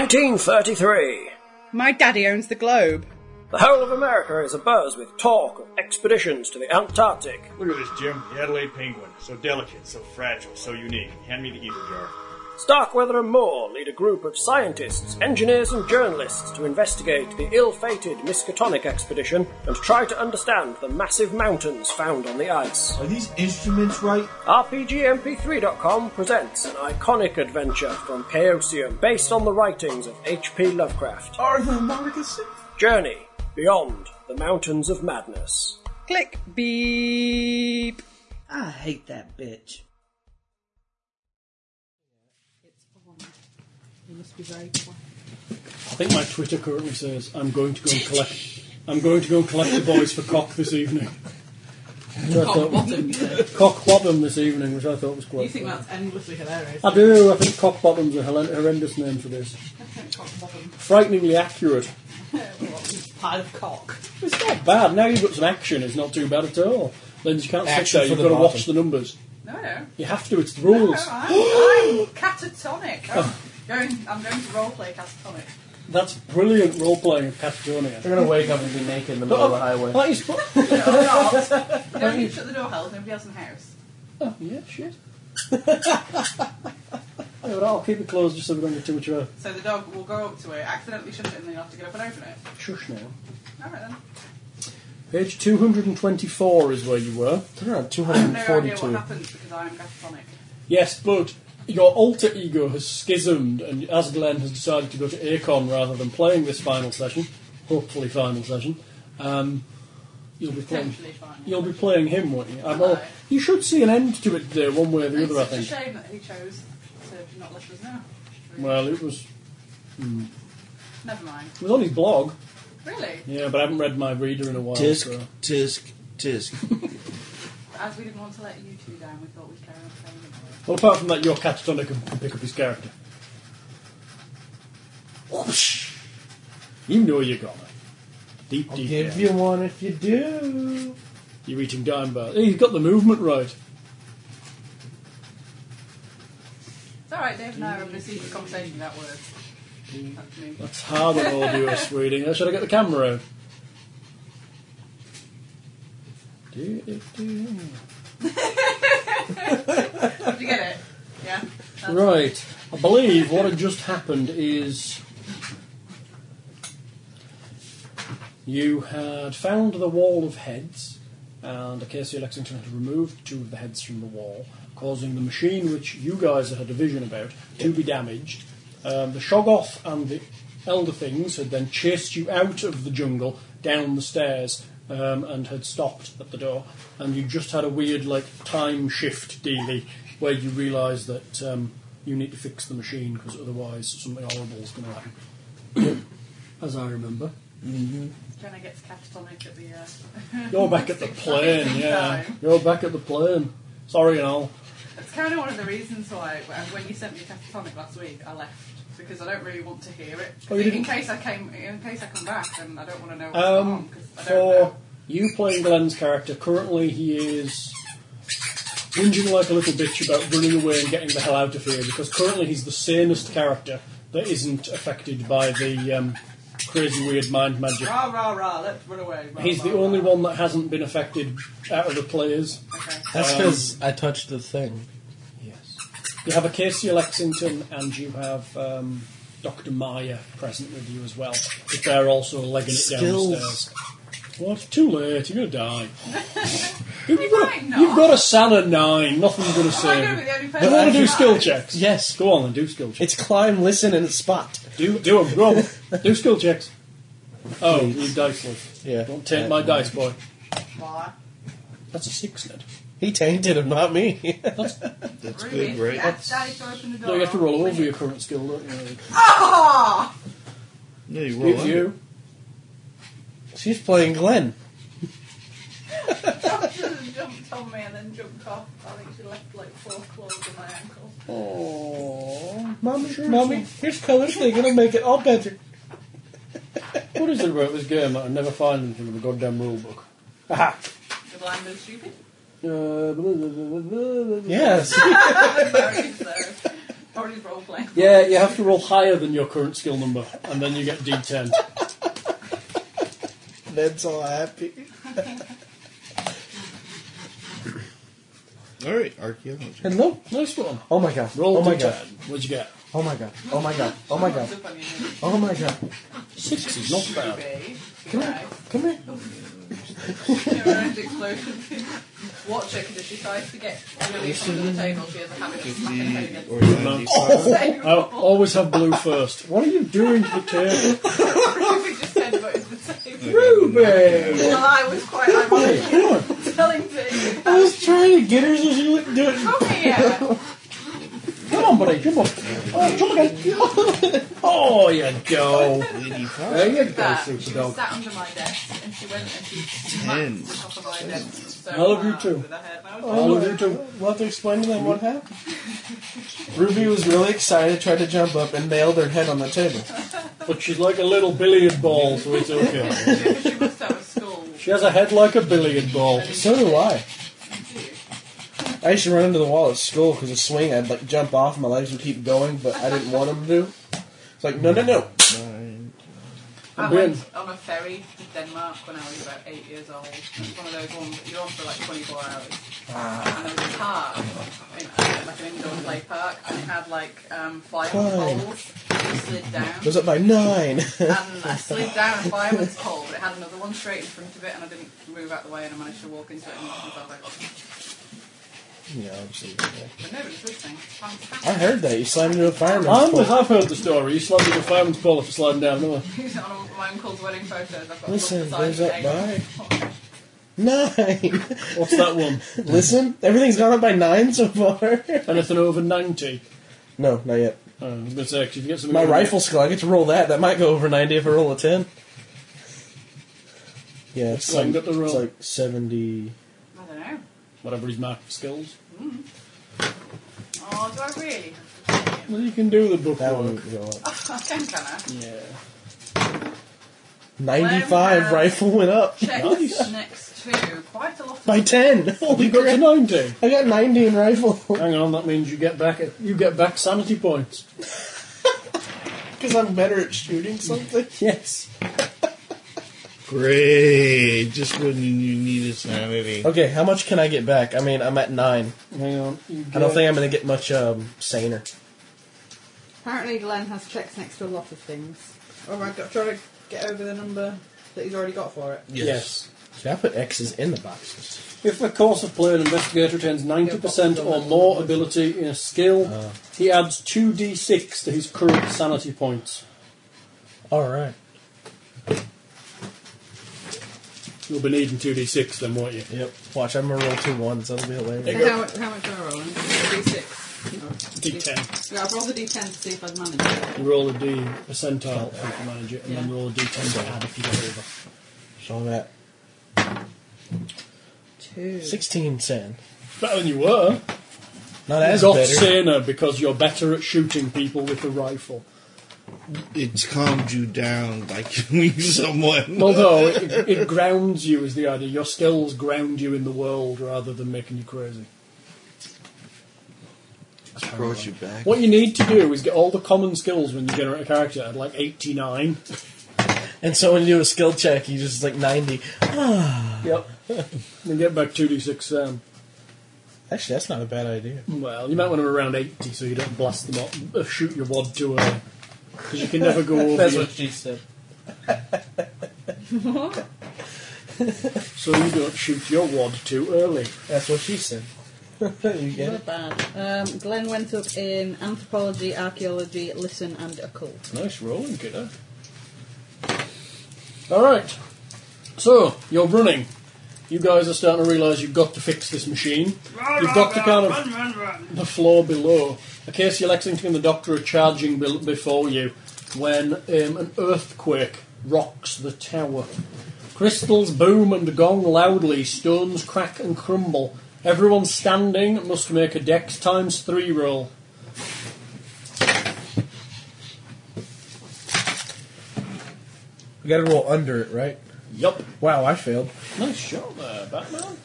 1933. My daddy owns the globe. The whole of America is abuzz with talk of expeditions to the Antarctic. Look at this, Jim. The Adelaide penguin. So delicate, so fragile, so unique. Hand me the evil jar. Starkweather and Moore lead a group of scientists, engineers, and journalists to investigate the ill fated Miskatonic expedition and try to understand the massive mountains found on the ice. Are these instruments right? RPGMP3.com presents an iconic adventure from Chaosium based on the writings of H.P. Lovecraft. Arthur Marcus? Journey Beyond the Mountains of Madness. Click beep. I hate that bitch. It must be very quiet. I think my Twitter currently says I'm going to go and collect. I'm going to go and collect the boys for cock this evening. Which I Oh, thought, bottom, you know. cock bottom this evening, which I thought was quite. You think funny. that's endlessly hilarious? I do. I think cock bottom's a hel- horrendous name for this. Cock bottom. Frighteningly accurate. Pile of cock. It's not bad. Now you've got some action. It's not too bad at all. Then you can't Action sit there. for You've the got to bottom. watch the numbers. No, no. You have to. It's the rules. I'm, I'm catatonic. I'm going, I'm going to roleplay catatonic. That's brilliant role playing of Catatonia. They're gonna wake up and be naked in the middle of the highway. That is fu- No, I'm not. No, you shut the door, Held. Nobody else in the house. Oh, yeah, shit. yeah, but I'll keep it closed just so we don't get too much of a So the dog will go up to it, accidentally shut it, and then you'll have to get up and open it. shush now. Alright then. Page 224 is where you were. They're on I have no idea 242. what happens because I'm catatonic. Yes, but your alter ego has schismed, and as Glenn has decided to go to Acon rather than playing this final session, hopefully final session, um, you'll be playing. Potentially fine. You'll be playing him, won't you? I know- you should see an end to it there, one way or the It's other, I such a think. shame that he chose to not let us know. Well, it was it Never mind. was on his blog. Really? Yeah, but I haven't read my reader in a while. Tisk, so- tisk, tisk. As we didn't want to let you two down, we thought we'd carry on playing it. Well, apart from that, your catatonic can, can pick up his character. Whoosh. You know you're gonna. Deep, I'll deep give down. you one if you do. You're eating dime bars. He's got the movement right. It's alright, Dave and I are in a secret conversation without words. Mm. That's me. That's hard on audio, sweetie. Now, Should Uh, I get the camera out? Do, do, do. Did you get it? Yeah? That's Right. I believe what had just happened is you had found the wall of heads, and Acacia Lexington had removed two of the heads from the wall, causing the machine, which you guys had had a vision about, to be damaged. Um, the Shoggoth and the Elder Things had then chased you out of the jungle down the stairs. Um, and had stopped at the door, and you just had a weird like time shift dealy where you realise that um, you need to fix the machine because otherwise something horrible is going to happen. As I remember, Jenna gets catatonic at the. Uh, you're back at the plane. Yeah, you're back at the plane. Sorry, and all. It's kind of one of the reasons why wh- when you sent me catatonic last week, I left because I don't really want to hear it. Oh, you in didn't- case I came, in case I come back, and I don't want to know what's going on Um, because I don't for know. you playing Glenn's character, currently he is whinging like a little bitch about running away and getting the hell out of here because currently he's the sanest character that isn't affected by the um, crazy weird mind magic. Rah rah rah! Let's run away. Rah, He's the rah, only rah. one that hasn't been affected out of the players. Okay. That's because I touched the thing. Yes. You have Acacia Lexington and you have um, Dr. Maya present with you as well. But they're also legging it Skills. downstairs. What? Too late. You're going to die. They you've, got might a, not. you've got a Sana 9. Nothing's going to Am I going to save be you. the only You person? want to do who skill dies? checks? Yes. Go on and do skill checks. It's climb, listen, and spot. Do, do 'em, Go on. do skill checks. Oh, you diceless. Yeah. Don't take my Uh, Yeah. dice, boy. Why? That's a six, Ned. He tainted him, not me. That's Really? good, right? Yeah, Daddy to open the door. No, you have to roll over your current skill, don't you? Ah! No, you roll If under. you. She's playing Glenn. jumped on me and then jumped off. I think she left like four claws on my ankle. Oh, mommy, mommy, here's colors. They're gonna make it all better. What is it about this game that I never find anything in the goddamn rule book? The blind man's stupid. Uh, blah, blah, blah, blah, blah, blah. Yes. Very so. Or is role playing. Yeah, you have to roll higher than your current skill number, and then you get D10. Ned's all happy. all right, archaeology. Hello? Nice one. Oh my god. Roll oh my D10. god. What'd you get? Oh my god. Oh my god. Oh my god. Up on you. Oh my god. 60. Not bad. Babe. Come here. Come here. Around explosion. Watch her because if she tries to get really under the table, she has a habit of smacking her head against Or 95. the table. Oh, always have blue first. What are you doing to the table? We just said about the table. Ruby! Well, I was quite ironically telling Dave, I was trying to get her so she wouldn't do it. come here. Come on, buddy. Jump up. Oh, jump again. Oh, you go. 85. There you go, that. super She dog. was sat under my desk and she went and she Ten. smacked the top of my desk. So I love you hard too. with her head. And I was like, "Oh, All of you two. We'll have to explain to them what happened. Ruby was really excited, tried to jump up, and nailed her head on the table. But she's like a little billiard ball, so it's okay. She she must have a skull. She has a head like a billiard ball. So do I. I used to run into the wall at school because of swing. I'd like jump off, my legs would keep going, but I didn't want them to. It's like no, no, no. Nine. I Win. went on a ferry to Denmark when I was about eight years old. It's one of those ones that you're on for like 24 hours. And there was a park, in- like an indoor play park, and it had like um, fireman Climb. poles. You slid down. It was up by nine. and I slid down a fireman's pole, but it had another one straight in front of it, and I didn't move out of the way, and I managed to walk into it and knock myself out. yeah, absolutely. But nobody's listening. Fantastic. I heard that you slammed into a fireman's I'm, pole. I've heard the story. You slammed into a fireman's pole after sliding down, haven't I? Who's on all my uncle's wedding photos? I've got Listen, a there's up Nine. What's that one? Listen, everything's gone up by nine so far. Anything over 90? no, not yet. Uh, I was going to say, 'cause if you get something My over- rifle skill, I get to roll that. That might go over 90 if I roll a 10. Yeah, it's Well, like, you got the roll. it's like 70. I don't know. Whatever his marked skills. Oh, do I really? have Well, you can do the book That one work. would go up. to- I can, can I? Yeah. 95 Wow. rifle went up Checks Nice. next to quite a lot of by 10. Holy You got to crap. 90. I got 90 in rifle Hang on, that means you get back you get back sanity points. because I'm better at shooting something. Yes. Great. Just when you need a sanity. Okay, how much can I get back? I mean, I'm at 9. Hang on. you I don't get- think I'm going to get much um, saner. Apparently, Glenn has checks next to a lot of things. Oh, Or I got trying to get over the number that he's already got for it. Yes. See, I put X's in the boxes. If the course of play an investigator attains 90% or more ability in a skill, he adds 2d6 to his current sanity points. Alright. You'll be needing 2d6 then, won't you? Yep. Watch, I'm going to roll two ones. That'll be hilarious. So how, how much do I roll? I'm D six. D10. Yeah, I'll roll the D ten to see if I'd manage it. You roll a d percentile if you can manage it, and then roll a d10 to add if you get over. So I'm at Two. 16 sen. Better than you were. Not as got Oh, better. saner because you're better at shooting people with the rifle. It's calmed you down by killing someone. Although it, it grounds you is the idea. Your skills ground you in the world rather than making you crazy. It's brought you back. What you need to do is get all the common skills when you generate a character at like 89. And so when you do a skill check, you just like 90. Yep. then get back 2d6. Um, Actually, that's not a bad idea. well, you might want to around 80 so you don't blast them up, uh, shoot your wad too early. Because you can never go over. your- she said. so you don't shoot your wad too early. That's what she said. you get Not it? bad. Um, Glenn went up in anthropology, archaeology, listen, and occult. Nice rolling, kiddo. Alright. So, you're running. You guys are starting to realise you've got to fix this machine. You've got to kind of the floor below. Acacia Lexington and the Doctor are charging be- before you when um, an earthquake rocks the tower. Crystals boom and gong loudly, stones crack and crumble. Everyone standing must make a dex times three roll. We gotta roll under it, right? Yup. Wow, I failed. Nice shot there, Batman.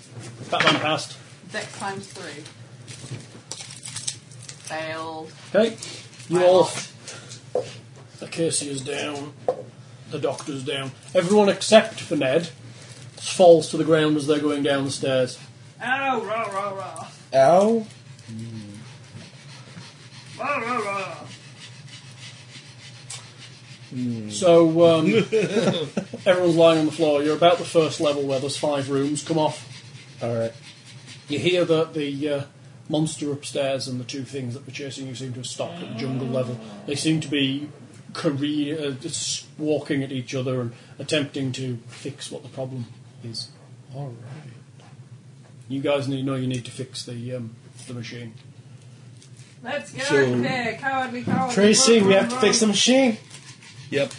Batman passed. Dex times three. Failed. Okay, you By a all. lot. Acacia's down. The doctor's down. Everyone except for Ned falls to the ground as they're going down the stairs. Ow, rah, rah, rah. Ow. Rah, rah, rah. So um, everyone's lying on the floor. You're about the first level where there's five rooms. Come off. Alright. You hear that the uh, monster upstairs and the two things that were chasing you seem to have stopped at the jungle level. They seem to be career, uh, just walking at each other and attempting to fix what the problem is. All right. You guys need, know you need to fix the um, the machine. Let's get So- out of here, cowardly, cowardly. Tracy, run, we run, have to run. fix the machine. Yep.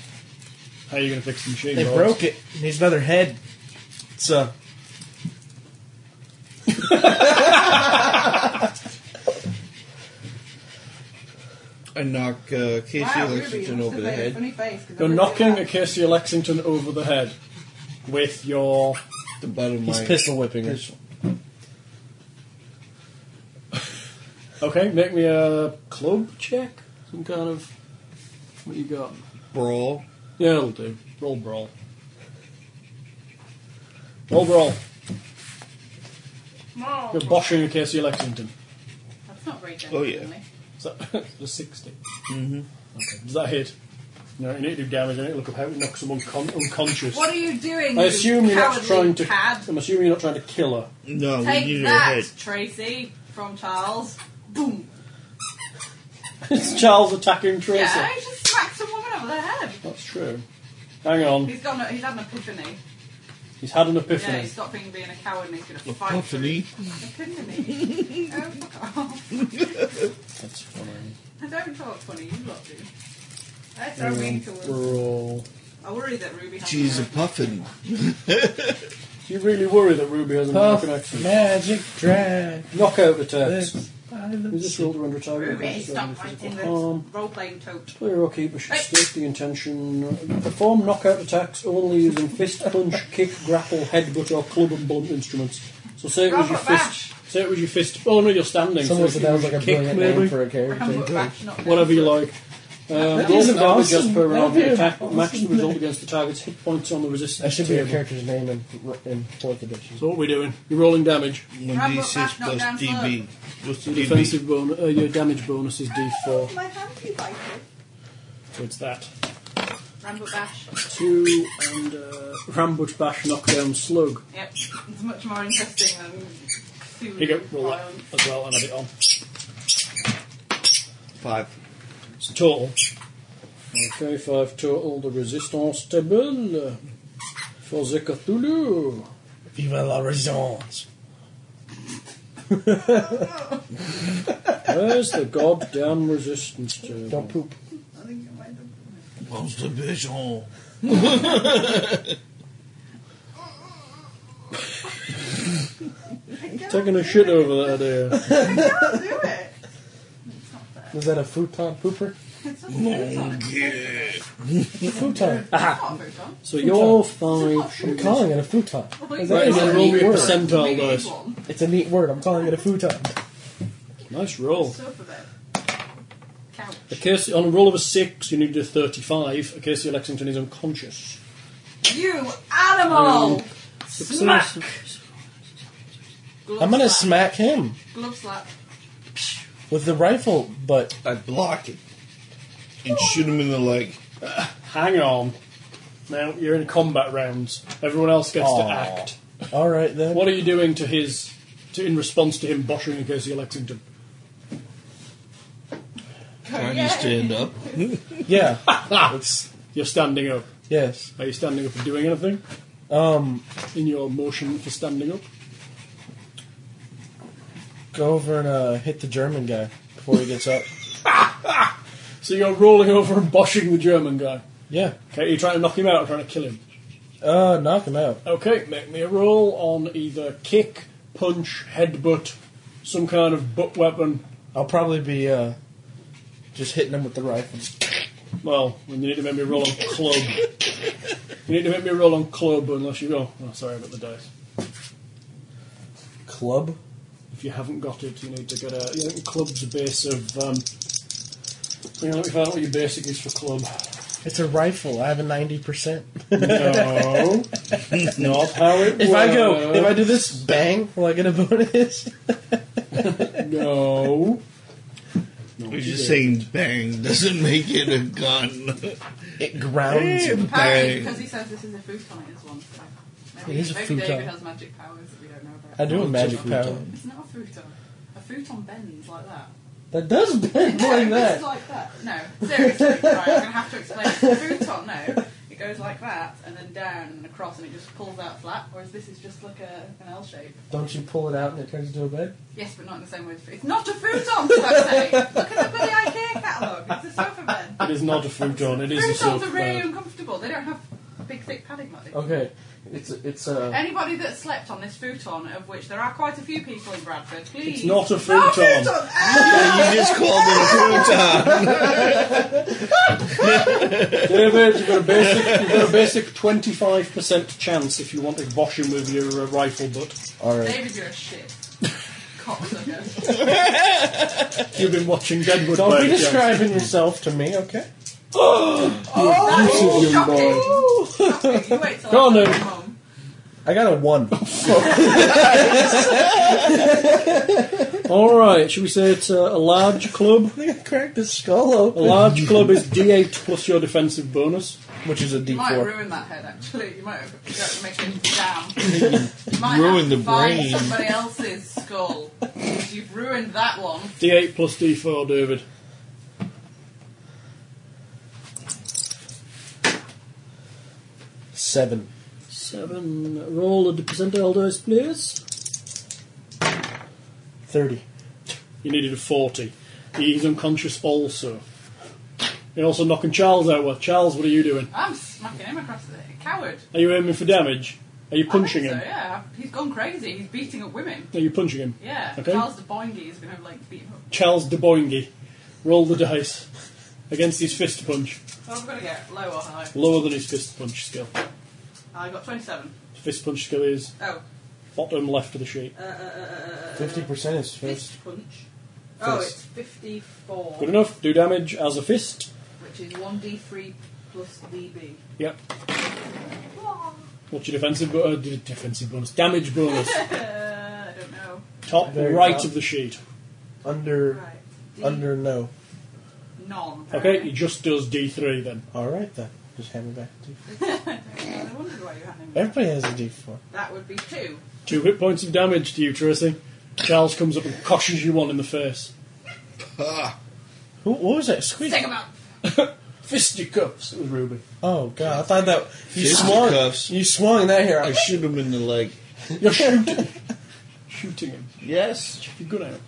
How are you going to fix the machine? They Rob? broke it. Needs another head. So. I knock uh, Casey Wow, Lexington Ruby, over the that's a head. Funny face, 'cause I You're didn't knocking do that. Acacia Lexington over the head with your The butt of He's my pistol whipping her. Okay, make me a club check. Some kind of. What you got? brawl. Yeah, it'll do. Roll brawl. Roll brawl. Mom. You're boshing a Casey Lexington. That's not very Oh, gentle, yeah. really. Is that the 60? Mm-hmm. Okay. Does that hit? No, you need to do damage. I need to look up how to knock someone con- unconscious. What are you doing? I assume you you're not cowardly trying to. Cad? I'm assuming you're not trying to kill her. No, we Take need her that, head. Tracy, from Charles. Boom. it's Charles attacking Tracy. Yeah, he just smacked some woman over the head. That's true. Hang on. He's got. No, he's had an epiphany. He's had an Yeah, epiphany. he's stopped being, being a coward and he's going to fight. for it. Epiphany. Epiphany. oh, fuck off. That's funny. I Oh, don't talk funny. You lot do. That's so mean to us. Roll. I worry that Ruby has She's a no- puffin. Do you really worry that Ruby has an Puff American accent? magic drag. Knockout attacks. This- Is this rolled under attack? Ruby, stop fighting this Um, role-playing tote. Player or keeper should state the intention. Perform knockout attacks only using fist, punch, kick, grapple, headbutt, or club and blunt instruments. So say it was your Robert Bash. fist. Say it was your fist. Oh no, you're standing. So Someone if said you that was like a kick, brilliant maybe, name for a character. Rambut back, not Whatever you like. Um, That roll is some damage awesome. as per round. That'd be Attack an match the awesome result name. against the target's hit points on the That resistance should be a table. character's name in, in fourth edition. So what are we doing? You're rolling damage. One Rambo D six back, knock plus down DB. What's the Your DB? defensive bonus, uh, your damage bonus is D4. My hand, you like it. So it's that. Rambut bash. Two and uh, Rambush Bash Knockdown Slug. Yep, it's much more interesting than. Here you Here go, roll that as well and add it on. Five. It's total. Okay, five total. The resistance table for the Cthulhu. Viva la Raisons. Where's the goddamn resistance table? Don't poop. Monster Bichon. Taking a shit over there, dear. Do it. Is that a futon pooper? It's not a Futon. futon. So you're five. I'm shoes. calling it a futon. It's Right, not a futon. now a roll me neat a word. percentile We need dice. one. It's a neat word. I'm calling it a futon. Nice roll. Sofa bed. Couch. A case, on a roll of a six, you need a 35. A case Lexington is unconscious. You animal! Smack! Glove I'm gonna smack slap. him Glove slap. with the rifle butt. I block it and shoot him in the leg. Hang on. Now you're in combat rounds. Everyone else gets to Aw. act. All right then. What are you doing to his, to, in response to him boshing a Casey Lexington? Trying to stand up. Yeah. Ah, You're standing up. yes. Are you standing up and doing anything Um, in your motion for standing up? go over and uh, hit the German guy before he gets up. So you're rolling over and boshing the German guy. Yeah. Okay, are you trying to knock him out or trying to kill him? Uh, knock him out. Okay, make me a roll on either kick, punch, headbutt, some kind of butt weapon. I'll probably be uh, just hitting him with the rifle. Well, you need to make me roll on club. you need to make me roll on oh, club unless you go. Oh, sorry about the dice. Club. If you haven't got it, you need to get a. You know, club's a base of. Um, you know, if I don't know what your basic is for club. It's a rifle. I have a ninety percent. No, not how it If I go, if I works. do this, bang, will I get a bonus? no. No, You're you just don't. saying bang doesn't make it a gun. It grounds. you. Apparently, bang. because he says this is a futon, it's one. So maybe It is a maybe futon. David has magic powers that we don't know about. I do have magic power. It's not a futon. A futon bends like that. That does bend like It's that. like that. No, seriously. right, I'm going to have to explain. A futon, no. It goes like that, and then down, and then across, and it just pulls out flat, whereas this is just like a, an L shape. Don't you pull it out and it turns into a bed? Yes, but not in the same way as It's not a futon, for fuck's sake! Look at the bloody IKEA catalogue. It's a sofa bed. It is not a futon. It is a Futons sofa are really bed. uncomfortable. They don't have big, thick padding like this. Okay, it's it's a. Uh, Anybody that slept on this futon, of which there are quite a few people in Bradford, please. It's not a Not futon. futon! you just called it a futon. David, you've got a basic, you've got a basic twenty-five percent chance if you want to wash him with your uh, rifle butt. all right. David, you're a shit. Cocksucker. You've been watching Deadwood. Don't play be it, James. describing yourself to me, okay? Oh, Abusive young boy. Shocking. Shocking. You wait till Go on I then. come home. I got a one. All right, should we say it's uh, a large club? I think I cracked his skull A open. large club is D8 plus your defensive bonus. Which is a You might D4. ruin that head, actually. You might have you might have to make it down. You might Ruin have to the find brain. somebody else's skull. 'cause You've ruined that one. D8 plus D4, David. Seven. Seven. Roll the percentile dice, please. Thirty. You needed a 40. He's unconscious also. You're also knocking Charles out with. Charles, what are you doing? I'm smacking him across the head. Coward. Are you aiming for damage? Are you I punching think him? So, yeah. He's gone crazy. He's beating up women. Are you punching him? Yeah. Okay. Charles de Boingy is going to, like, beat him up. Charles de Boingy. Roll the dice. Against his fist punch. What have I got to get? Low or high? Lower than his fist punch skill. I got 27. Fist punch skill is Oh. bottom left of the sheet. Uh, uh, uh, uh, Fifty percent is first. Fist punch. Oh, Fist. it's 54. Good enough. Do damage as a fist. Which is 1d3 plus db. Yep. What's your defensive bo- uh, d- defensive bonus? Damage bonus. Uh, I don't know. Top Very right well. of the sheet. Under. Right. D- Under no. Non. Okay, he just does D3 then. All right then. Just hand me back. a D4. I wondered why you had him. Everybody has a D4. That would be two. Two hit points of damage to you, Tracy. Charles comes up and coshes you one in the face. Who? What was that? Squeak. Take him out. Fisticuffs. It was Ruby. Oh god! I thought that you Fist swung. cuffs. Oh, You swung that here. I shoot him in the leg. You're shooting. shooting him. Yes. Check your gun out.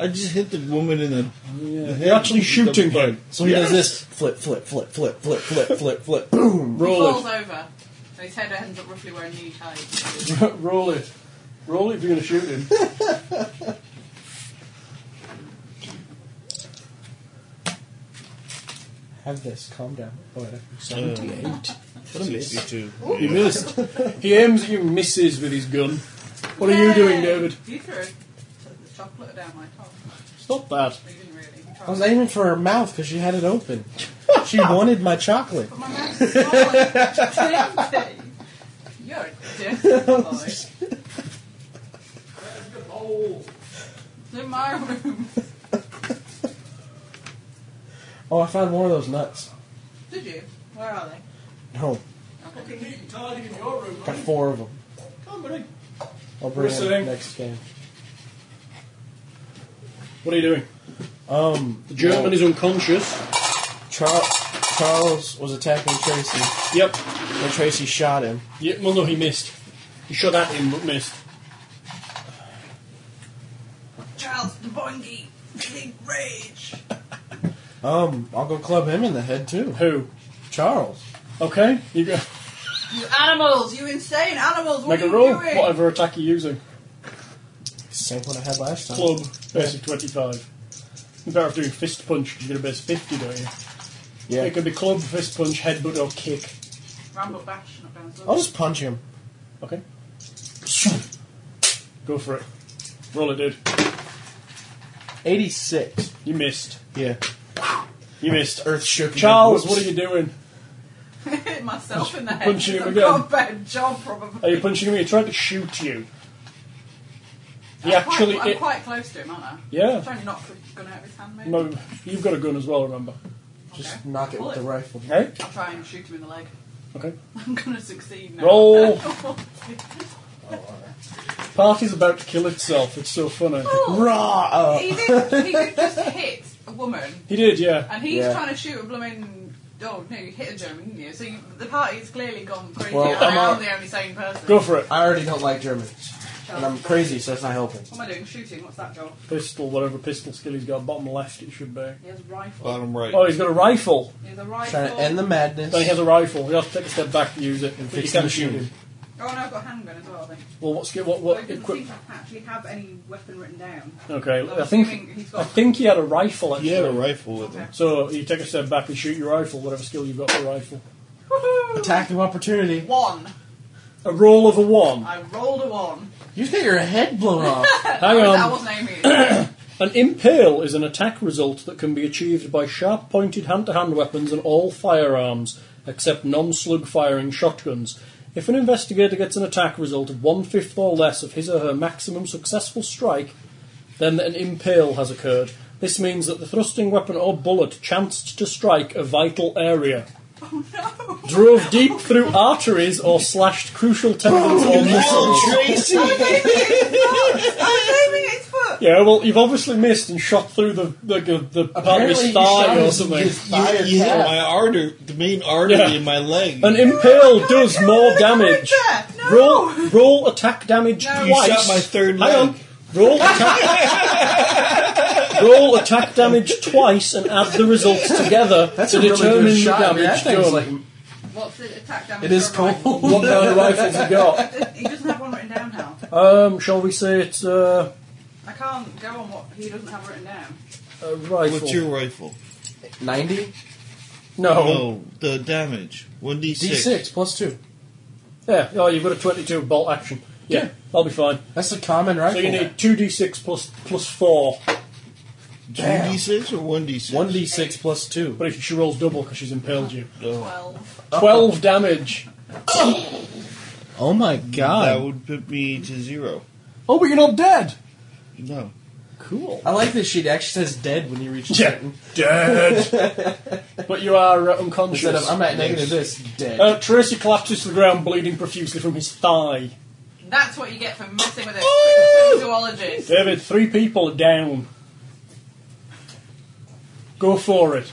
I just hit the woman in the. Yeah. You're actually shooting him. so he does this flip, flip, flip, flip, flip, flip, flip, flip. Boom. Roll Falls over. So his head ends up roughly where knee high. it. Roll it. Roll it if you're going to shoot him. Have this. Calm down. Oh, whatever. Seventy-eight. What a miss. He missed. He aims at you, misses with his gun. What are you doing, David? You threw the chocolate down my top. It's not bad. But you didn't really. You I was tried. aiming for her mouth because she had it open. She wanted my chocolate. But my mouth is swollen. You're a dirty boy. It's in my room. Oh, I found more of those nuts. Did you? Where are they? No, Okay. got four of them. Come on, buddy. I'll bring Listening. them next game. What are you doing? Um, The German well, is unconscious. Char- Charles was attacking Tracy, Yep. and Tracy shot him. Yeah, well, no, he missed. He shot at him but missed. Charles de Boingy. Big rage. Um, I'll go club him in the head too. Who? Charles. Okay, you go. You animals. You insane animals. What Make are a you roll. doing? Whatever attack you're using. Same one I had last time. Club, basic 25. You better off doing fist punch because you get a base 50, don't you? Yeah. It could be club, fist punch, headbutt, or kick. Ramble bash. Oh. Not down. I'll just punch him. Okay? Go for it. Roll it, dude. 86. You missed. Yeah. You missed. Earth shook. Charles, what are you doing? hit myself in the head. Punching him I've again. got a better job probably. Are you punching him? He tried to shoot you. He I'm actually. Quite, I'm it- quite close to him, aren't I? Yeah. I'm trying to knock the gun out of his hand, maybe. no, you've got a gun as well, remember? Just Okay. knock it with the rifle. Hey? I'll try and shoot him in the leg. Okay. I'm gonna succeed now. Roll. Party's about to kill itself. It's so funny. Oh, Raw! Uh, he, did, he did just hit a woman, He did, yeah. and he's Yeah. trying to shoot a blooming. Oh no, you hit a German, didn't you? So you, the party's clearly gone crazy. Well, and I'm, I'm out. the only sane person. Go for it. I already don't like Germans. And I'm crazy, so that's not helping. What am I doing? Shooting? What's that job? Pistol, whatever pistol skill he's got. Bottom left, it should be. He has a rifle. Bottom right. Oh, he's got a rifle. He has a rifle. Oh, Trying to end the madness. Then he has a rifle. He'll have to take a step back and use it. But fix you can't the shoot machine. him. Oh no, I've got a handgun as well. I think. Well, what's good? What, I what didn't equip? think I actually have any weapon written down. Okay, I'm I think assuming he's got- I think he had a rifle actually. He had a rifle with him. So you take a step back and shoot your rifle, whatever skill you've got for rifle. Woohoo! Attack of opportunity. One. A roll of a one. I rolled a one. You've got your head blown off. Hang I on. wasn't aiming. it. An impale is an attack result that can be achieved by sharp pointed hand to hand weapons and all firearms, except non slug firing shotguns. If an investigator gets an attack result of one fifth or less of his or her maximum successful strike, then an impale has occurred. This means that the thrusting weapon or bullet chanced to strike a vital area. Drove deep through arteries or slashed crucial tendons or Oh, muscles. I was aiming at his foot. Yeah, well, you've obviously missed and shot through the the the, the part of his Apparently you shot thigh him or in something. his thigh or You hit calf. my artery, the main artery Yeah. in my leg. An impale does more damage. There. No. Roll roll attack damage No. twice. you shot my third Hang on. leg. Roll attack. roll attack damage twice and add the results together That's to a really determine good the shot. man. damage That thing's done. like What's the attack damage? it is for a rifle? cold. What kind of rifles you got? He doesn't have one written down now. Um, shall we say it's uh, I can't go on what he doesn't have written down. a rifle? What's your rifle? Ninety No. No, the damage. 1d6. Oh. D six plus two. Yeah. Oh, you've got a twenty-two bolt action. Yeah, Yeah. I'll be fine. That's a common So rifle. you need two d six plus plus four. 2d6 or 1d6? one D six plus two. But if she rolls double because she's impaled you. Twelve. 12 damage. Oh my That god! would put me to zero. Oh, but you're not dead. No. Cool. I like this sheet. It actually says dead when you reach a Yeah. certain. Dead. but you are uh, Instead unconscious. of I'm at negative this dead. uh, Tracy collapses to the ground, bleeding profusely from his thigh. That's what you get for messing with Oh, a zoologist. David, three people are down. Go for it.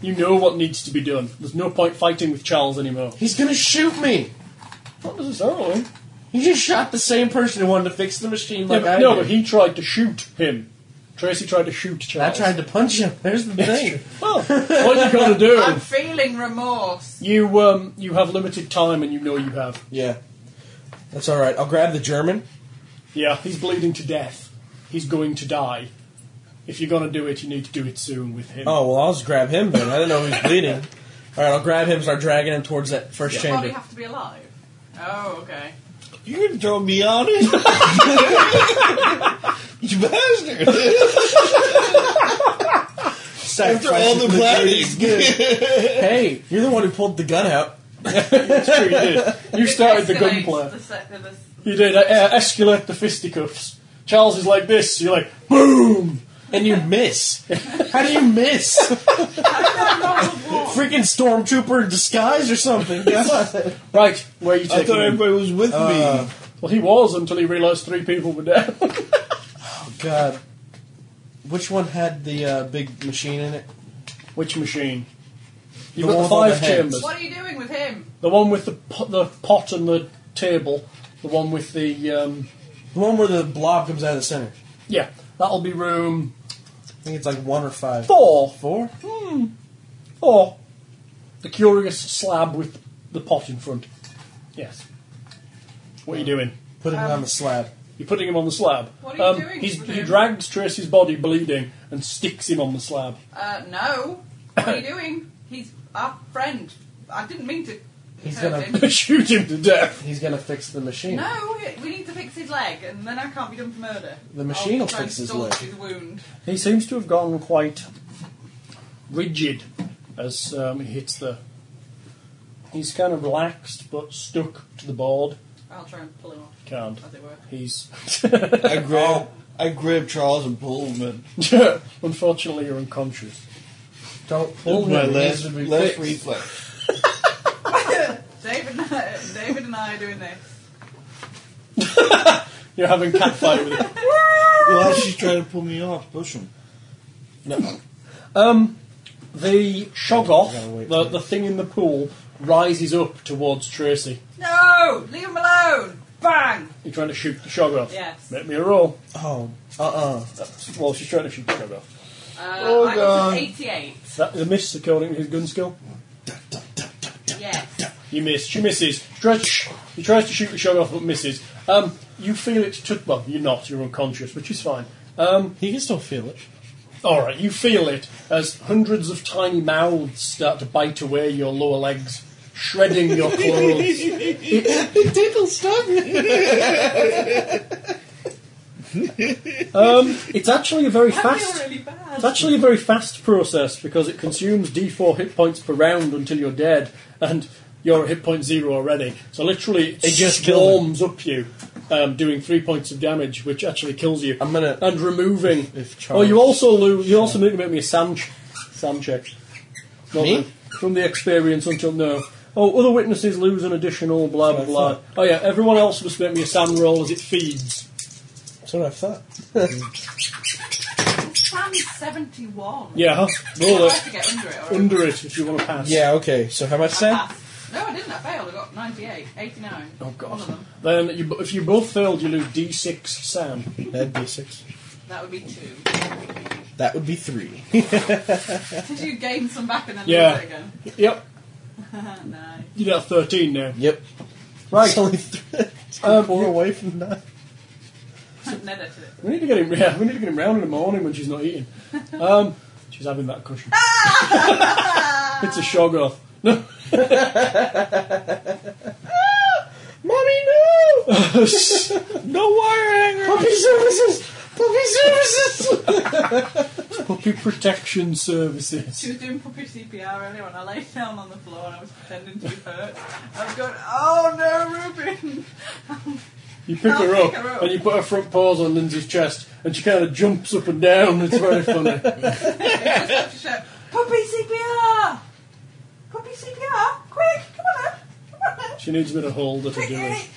You know what needs to be done. There's no point fighting with Charles anymore. He's gonna shoot me. Not necessarily. He just shot the same person who wanted to fix the machine like Yeah, I but- no, did. but he tried to shoot him. Tracy tried to shoot I Charles. tried to punch him. There's the thing. Well, what you gotta do? I'm feeling remorse. You um, you have limited time, and you know you have. Yeah. That's all right. I'll grab the German. Yeah, he's bleeding to death. He's going to die. If you're gonna do it, you need to do it soon with him. Oh well, I'll just grab him then. I don't know who's bleeding. All right, I'll grab him and start dragging him towards that first Why do chamber. you have to be alive? Oh, okay. You're going to throw me on it? you bastard! After all the planning. Hey, you're the one who pulled the gun out. Sure you did. You started the Escalates gunplay. the se- the- the- You did uh, uh, escalate the fisticuffs. Charles is like this. You're like boom. And you miss. How do you miss? Freaking stormtrooper in disguise or something. Right, where are you I taking thought him? everybody was with Uh, me. Well, he was until he realised three people were dead. God. Which one had the uh, big machine in it? Which machine? You've The got the one with five all the heads. chambers. What are you doing with him? The one with the po- the pot and the table. The one with the um, The one where the blob comes out of the center. yeah. That'll be room I think it's like one or five. four. Four? Or the curious slab with the pot in front. Yes. What are you doing? Put him on the slab. You're putting him on the slab. Um, What are you doing He's, with he him? drags Tracy's body bleeding and sticks him on the slab. Uh, no. What are you doing? He's our friend. I didn't mean to He's hurt gonna him. Shoot him to death. he's gonna fix the machine. No, we need to fix his leg, and then I can't be done for murder. The machine I'll will try and fix his staunch leg. His wound. He seems to have gone quite rigid as um, he hits the. He's kind of relaxed but stuck to the board. I'll try and pull him off, Can't. as it were. He's. I grab, I grab Charles and pull him in. Unfortunately, you're unconscious. Don't pull my him. left, Left, be left fixed. reflex. David, and I, David and I are doing this. You're having catfight with him. Well, she's trying to pull me off, push him. The shoggoth, the, the thing in the pool, rises up towards Tracy. No, leave him alone. Bang. You're trying to shoot the shoggoth. Yes. Make me a roll. Uh-uh. Oh, uh, uh Well, she's trying to shoot the shoggoth. Uh, Oh, I God. got an 88. That is a miss according to his gun skill. Yes. You miss. She misses. She tries to, sh- he tries to shoot the shot off, but misses. Um, you feel it. T- well, you're not. You're unconscious, which is fine. Um, He can still feel it. all right. You feel it as hundreds of tiny mouths start to bite away your lower legs, shredding your clothes. It tickles stomach. Um, it's actually a very fast. I feel really bad. It's actually a very fast process because it consumes D4 hit points per round until you're dead, and you're at hit point zero already. So literally, it just swarms up you, um, doing three points of damage, which actually kills you. I'm gonna- and removing. if oh, you Charles- also lose. You also need to make me a sand ch- sand check. Not Me? the- from the experience until no. Oh, other witnesses lose an additional blah blah That's blah. Oh yeah, everyone else must make me a sand roll as it feeds. That's what I thought. Sam 71. Yeah, I roll have it to get under it. Or under it if you want to pass. Yeah. Okay. So how much I sand? passed. No, I didn't. I failed. I got 98, 89. Oh One of god. them. Then you, if you both failed, you lose D6 Sam. That'd be six. That would be two. That would be three. Did you gain some back and then Yeah. lose it again? Oh, Yep, nice. you got 13 now. Yep. Right. It's only th- Um, four you- away from nine. Ned edited it. we need to get him. Yeah, we need to get him round in the morning when she's not eating. Um, she's having that cushion. Ah! it's a shoggoth. No. Mommy, no! no wire hanger. Puppy services. Puppy services. Puppy protection services. She was doing puppy CPR earlier and I lay down on the floor and I was pretending to be hurt. I was going, oh no, Ruben! You pick I'll her pick up, her up. and you put her front paws on Lindsay's chest, and she kind of jumps up and down. It's very funny. She said, puppy CPR! Puppy CPR! Quick! Come on then! Come on then! she needs a bit of holder to Quick, do it. Eddie.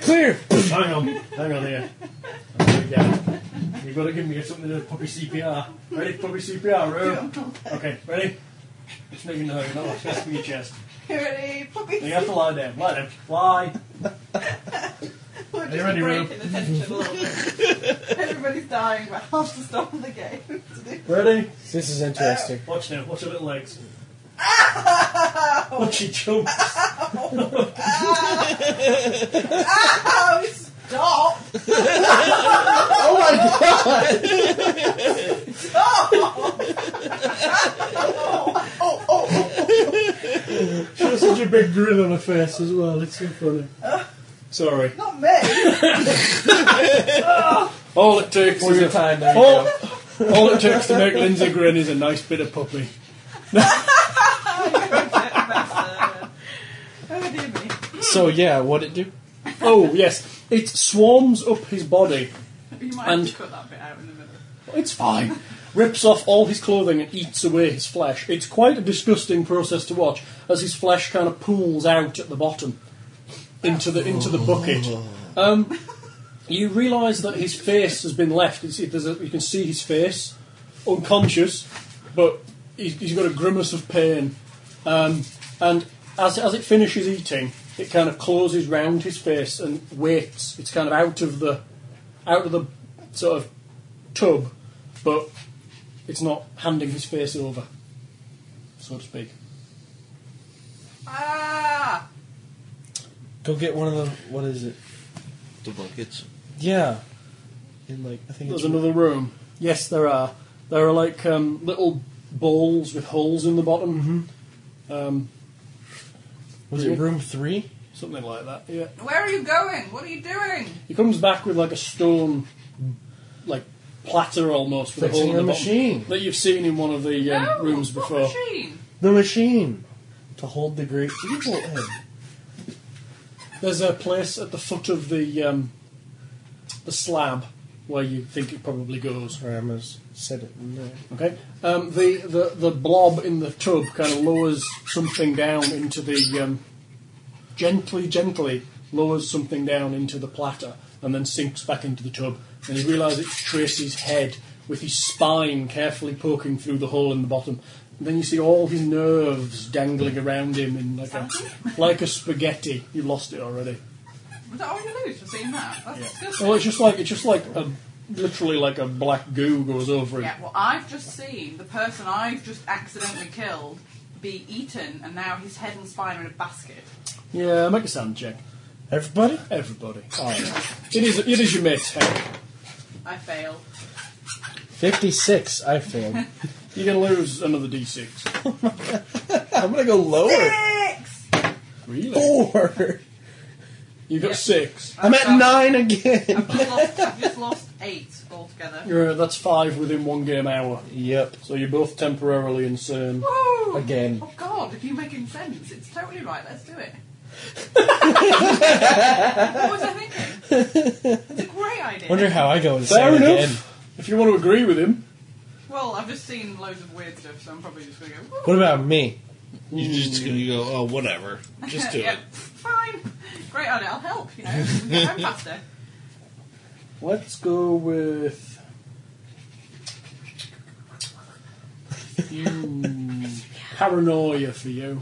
Clear. Hang on, hang on here. I'll do it again. You've got to give me something to do puppy CPR. Ready? Puppy CPR, Roo? Okay, ready? Just making no, you're not like chest for your chest. Ready? Puppy Now you have to lie down. Lie down. Lie. We're you ready, just breaking the tension a little bit. Everybody's dying, but I have to stop the game. to do- Ready? This is interesting. Watch now. Watch her little legs. Watch she jumps. Oh, stop! oh my god! She has such a big grin on her face as well. It's so funny. Sorry. Not me! All it takes For is your a, time, there you all, go. all it takes to make Lindsay grin is a nice bit of puppy. Oh dear me. So yeah, what it do? Oh yes, it swarms up his body. You might And- have to cut that bit out in the middle. It's fine. Rips off all his clothing and eats away his flesh. It's quite a disgusting process to watch as his flesh kind of pools out at the bottom into the into the bucket. Um, you realise that his face has been left. It's, it, there's a, you can see his face, unconscious, but he's, he's got a grimace of pain. Um, and as, as it finishes eating, it kind of closes round his face and waits. It's kind of out of the out of the sort of tub, but it's not handing his face over, so to speak. Ah! Go get one of the. What is it? The buckets. Yeah. In like I think There's it's another room. Yes, there are. There Mm-hmm. are like um, little bowls with holes in the bottom. Um, Was it room three? Something like that. Yeah. Where are you going? What are you doing? He comes back with like a stone, like platter almost with a Fixing hole in the a bottom machine. that you've seen in one of the um, no, rooms what before. machine? The machine to hold the great evil in. There's a place at the foot of the um, the slab where you think it probably goes. Sorry, I must set it in there. Okay. Um, the, the the blob in the tub kind of lowers something down into the um, gently, gently lowers something down into the platter and then sinks back into the tub. And you realise it's Tracy's head with his spine carefully poking through the hole in the bottom. And then you see all his nerves dangling around him in like a like a spaghetti. You lost it already. Was that all you lose? I've seen that. That's disgusting. Well, it's just like it's just like a literally like a black goo goes over him. Yeah, well, I've just seen the person I've just accidentally killed be eaten, and now his head and spine are in a basket. Yeah, make a sound check. Everybody? Everybody. Oh, It is it is your mate's head. I fail. 56. I failed. You're gonna lose another D6. I'm gonna go lower. Six! Really? Four. You got Yeah. six. I'm at nine again. I've just lost, I've just lost eight altogether. You're, that's five within one game hour. Yep. So you're both temporarily insane. Woo! Again. Oh god, if you're making sense, it's totally right, let's do it. what was I thinking? It's a great idea. Wonder how I go insane Fair enough. again. If you want to agree with him, Well, I've just seen loads of weird stuff, so I'm probably just going to go, What about me? You're just gonna go, oh, whatever. Just do yeah, it. fine. Great idea, I'll help, you know. We can get home faster. let's go with. Hmm, paranoia for you.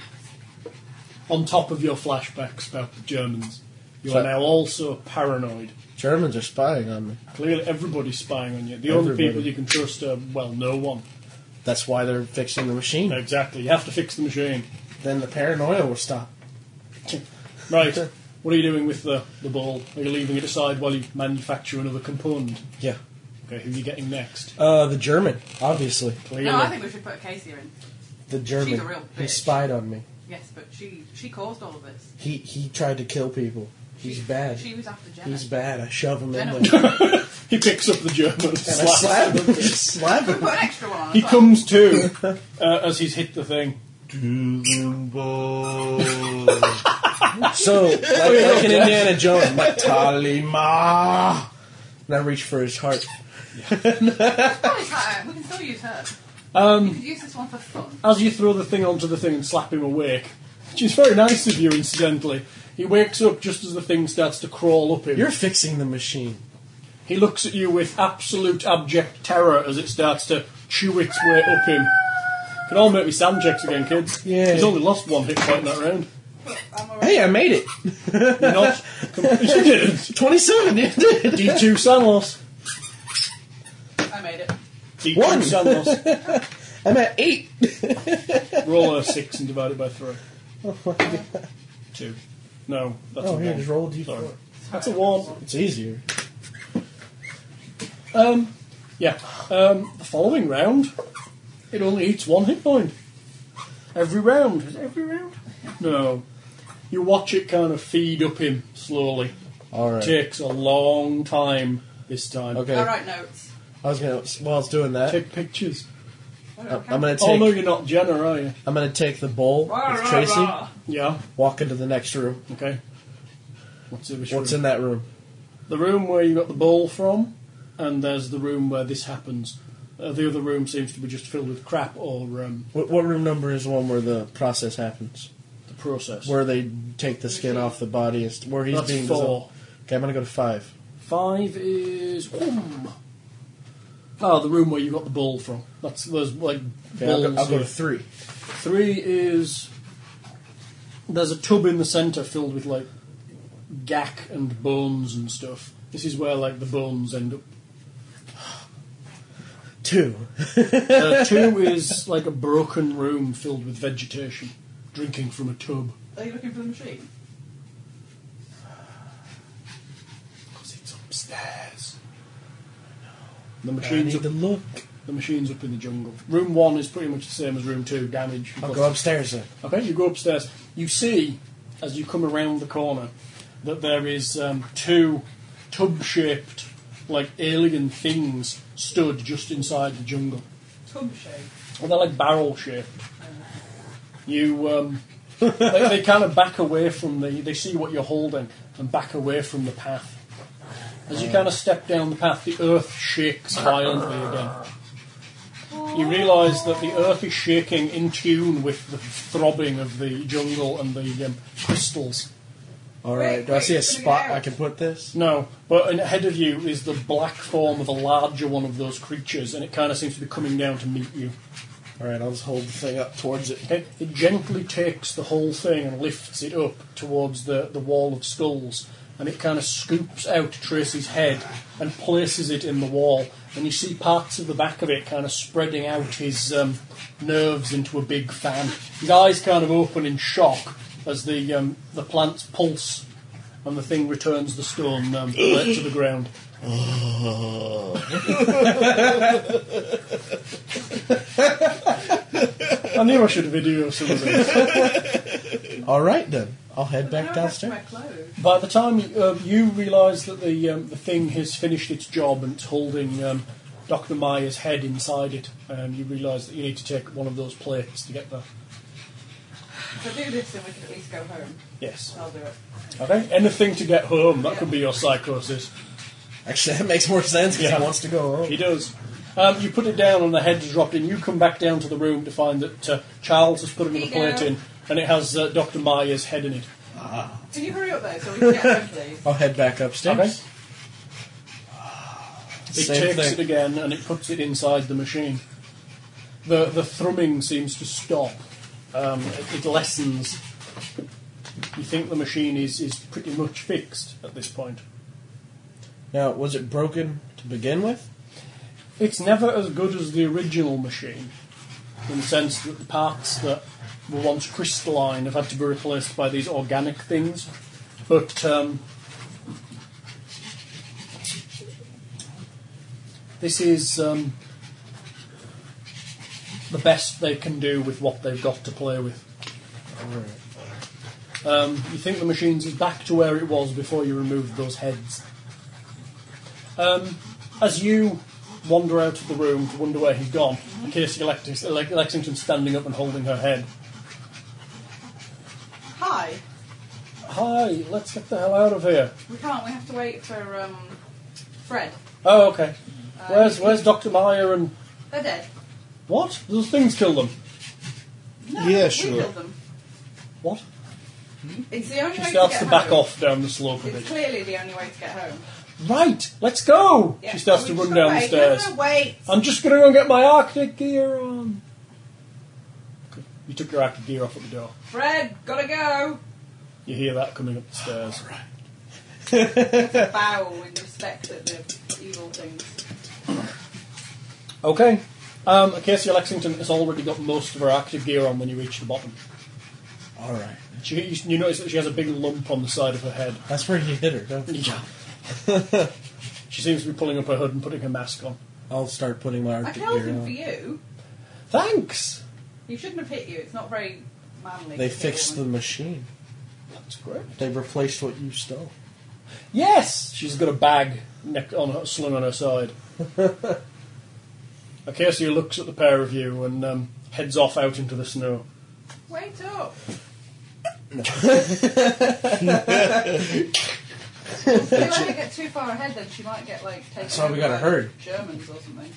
On top of your flashbacks about the Germans, you So- are now also paranoid. Germans are spying on me. Clearly, everybody's spying on you. The only Everybody. people you can trust are, well, no one. That's why they're fixing the machine. Exactly. You have to fix the machine. Then the paranoia will stop. Right. What are you doing with the, the ball? Are you leaving it aside while you manufacture another component? Yeah. Okay, who are you getting next? Uh, the German, obviously. Clearly. No, I think we should put Casey in. The German. She's a real He bitch. spied on me. Yes, but she she caused all of this. He he tried to kill people. He's She- bad. She was after Jenna. He's bad. I shove him Jenna in was there. He picks up the German. and And I slaps slap him. him. slap Put him. an extra one on. He as well. comes to uh, as he's hit the thing. Doombo. So, Oh, like, like an Indiana Jones, I'm like, Talima! And I reach for his heart. Oh, it's right, we can still use her. you could use this one for fun. As you throw the thing onto the thing and slap him awake, which is very nice of you, incidentally, he wakes up just as the thing starts to crawl up him. You're fixing the machine. He looks at you with absolute abject terror as it starts to chew its way up him. Can all make me sound checks again, kids. Yay. He's only lost one hit point in that round. I'm alright. Hey, I made it! You're not completed. 27! You did! D2 sound loss. I made it. D2 One. sound loss. I'm at 8! Roll a six and divide it by three. Two. No, that's Oh, a here, one. just roll a d4. That's a one. It's easier. Yeah. Um, the following round, it only eats one hit point. Every round. Is it every round? No. You watch it kind of feed up him slowly. Alright. Takes a long time this time. Okay. Alright, notes. I was gonna, while I was doing that, Take pictures. Uh, I'm gonna take, Oh no, you're not Jenna, are you? I'm gonna take the bowl with Tracy, Yeah. walk into the next room. Okay. What's, it, which What's room? in that room? The room where you got the ball from, and there's the room where this happens. Uh, the other room seems to be just filled with crap or um, What, what room number is the one where the process happens? the process. Where they take the skin off the body, and st- where he's That's being four. dissolved. Okay, I'm gonna go to five. Five is um. Oh, the room where you got the ball from. That's there's like Okay, I'll, go, balls I'll go to here. three. Three is there's a tub in the centre filled with like gack and bones and stuff. This is where like the bones end up. Two. Uh, two is like a broken room filled with vegetation, drinking from a tub. Are you looking for the machine? Cause it's upstairs. The I machine's need up, to look. the machine's up in the jungle. Room Oh, one is pretty much the same as room two. Damage. I'll go upstairs then. Okay, you go upstairs. You see as you come around the corner that there is um, two tub-shaped, like alien things stood just inside the jungle. Tub shape. Well, they're like barrel shaped. You, um, they, they kind of back away from the. They see what you're holding and back away from the path. As you kind of step down the path, the earth shakes violently again. You realise that the earth is shaking in tune with the throbbing of the jungle and the um, crystals. Alright, do I Wait, see a wait, spot put it I out. can put this? No, but in- ahead of you is the black form of a larger one of those creatures, and it kind of seems to be coming down to meet you. Alright, I'll just hold the thing up towards it. Okay, it gently takes the whole thing and lifts it up towards the, the wall of skulls, and it kind of scoops out Tracy's head and places it in the wall. And you see parts of the back of it kind of spreading out his um, nerves into a big fan. His eyes kind of open in shock as the um, the plants pulse, and the thing returns the stone um, right to the ground. I knew I should video some of this. Alright then, I'll head No, back that's downstairs. my clothes. By the time uh, you realise that the um, the thing has finished its job and it's holding um, Dr. Meyer's head inside it, um, you realise that you need to take one of those plates to get there. So do this and we can at least go home. Yes. I'll do it. Okay. Anything to get home, that could be your psychosis. Actually, that makes more sense because Yeah. he wants to go home. He does. Um, you put it down and the head's dropped in. You come back down to the room to find that uh, Charles has put another Here you plate go. in and it has uh, Dr. Meyer's head in it. Can you hurry up though so we can get home, please? I'll head back upstairs. Okay. It Same takes thing. it again and it puts it inside the machine. The the thrumming seems to stop. Um, it, it lessens. You think the machine is, is pretty much fixed at this point. Now, was it broken to begin with? It's never as good as the original machine, in the sense that the parts that were once crystalline have had to be replaced by these organic things. But um, this is um, the best they can do with what they've got to play with. Um, you think the machine's is back to where it was before you removed those heads. As you wander out of the room to wonder where he's gone, Casey Lex- Lex- Lexington's standing up and holding her head. Hi. Hi, let's get the hell out of here. We can't. We have to wait for um, Fred. Oh, okay. Where's he- Where's Doctor Meyer and They're dead. what? Those things killed them. No, Yeah, we sure. killed them. What? It's the only She way starts to to get back home. off down the slope a It's bit. clearly the only way to get home. Right, let's go. Yeah, She starts we to just run gotta down the wait. stairs. No, no, wait. I'm just gonna go and get my Arctic gear on. You took your Arctic gear off at the door. Fred, gotta go. You hear that coming up the stairs. Bow in respect at the evil things. Okay. Um, Casey Lexington has already got most of her active gear on when you reach the bottom. Alright. She, you notice that she has a big lump on the side of her head. That's where he hit her. Don't you? Yeah. she seems to be pulling up her hood and putting her mask on. I'll start putting my I Arctic killed gear him for on. you. Thanks! You shouldn't have hit you. It's not very manly. They to kill fixed the them. machine. That's great. They replaced what you stole. Yes! She's got a bag neck on her, slung on her side. Casey looks at the pair of you and um, heads off out into the snow. Wait up. I feel like if I get too far ahead, then she might get like taken. That's why we over gotta by hurry. Germans or something.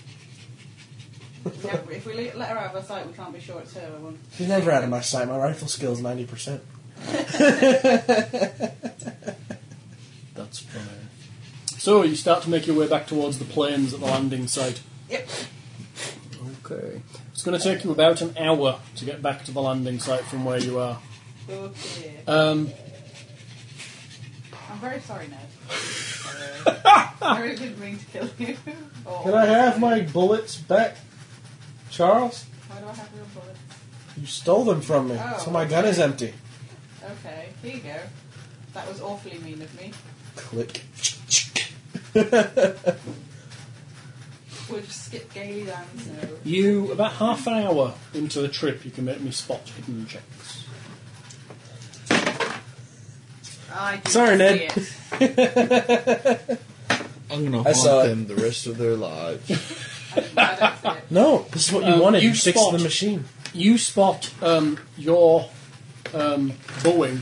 yeah, but if we le- let her out of our sight, we can't be sure it's her. One. She's never out of my sight. My rifle skill's 90%. That's funny. So you start to make your way back towards the planes at the landing site. Yep. Okay. It's going to take you about an hour to get back to the landing site from where you are. Oh, dear. Um, I'm very sorry, Ned. I really didn't mean to kill you. Or- Can I have my bullets back, Charles? Why do I have your bullet? You stole them from me, Oh. so my gun is empty. Okay, here you go. That was awfully mean of me. Click. We'll just skip gaily down the snow. you, about half an hour into the trip, you can make me spot hidden checks. I didn't Sorry, Ah, see Ned. it. I'm gonna I haunt saw it. them the rest of their lives. I don't see it. No, this is what you Um, wanted. you You, fixed spot- the machine. You spot um, your um, Boeing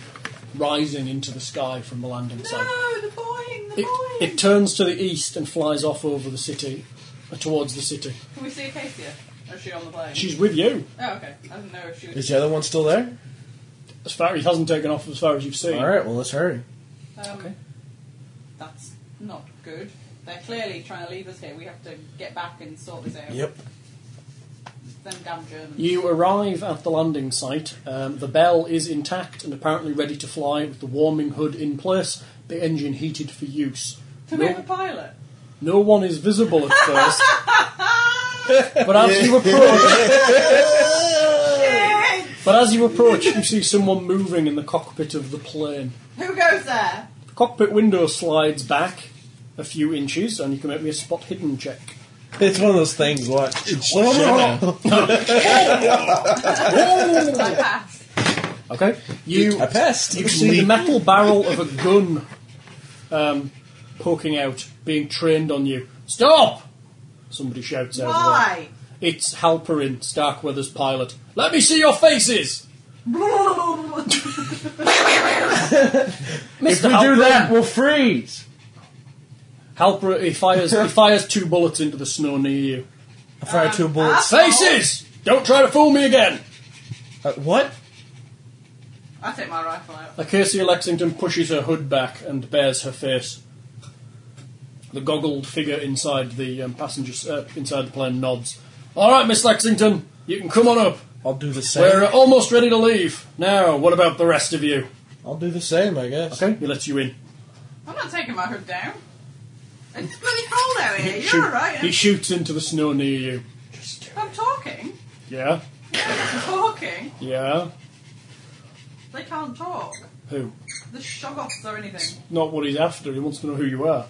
rising into the sky from the landing site. No, the Boeing, the It, Boeing. it turns to the east and flies off over the city, uh, towards the city. Can we see Acacia? Or is she on the plane? She's with you. oh, okay. I didn't know if she was. Is the other one still there? As far it hasn't taken off as far as you've seen. All right, well let's hurry. Um, Okay. That's not good. They're clearly trying to leave us here. We have to get back and sort this out. Yep. Them damn Germans. You arrive at the landing site. Um, the bell is intact and apparently ready to fly with the warming hood in place, the engine heated for use. Do we have a pilot? No one is visible at first. But as you approach, but as you approach, you see someone moving in the cockpit of the plane. Who goes there? The cockpit window slides back a few inches, and you can make me a spot hidden check. It's one of those things. What? I passed. Okay, you I passed. You see the metal barrel of a gun um, poking out, being trained on you. Stop! Somebody shouts out. of there. Why? It's Halperin, Starkweather's pilot. Let me see your faces! If we do that, we'll freeze. Halperin, he fires, he fires two bullets into the snow near you. I fired two bullets. Faces! Don't try to fool me again! Uh, what? I take my rifle out. Acacia Lexington pushes her hood back and bares her face. The goggled figure inside the um, passenger uh, inside the plane nods. All right, Miss Lexington, you can come on up. I'll do the same. We're almost ready to leave. Now, what about the rest of you? I'll do the same, I guess. Okay, he lets you in. I'm not taking my hood down. It's bloody cold out here. Shoot- You're alright. He shoots into the snow near you. I'm talking. Yeah, I'm talking. yeah. They can't talk. Who? The shoggoths or anything. Not what he's after. He wants to know who you are.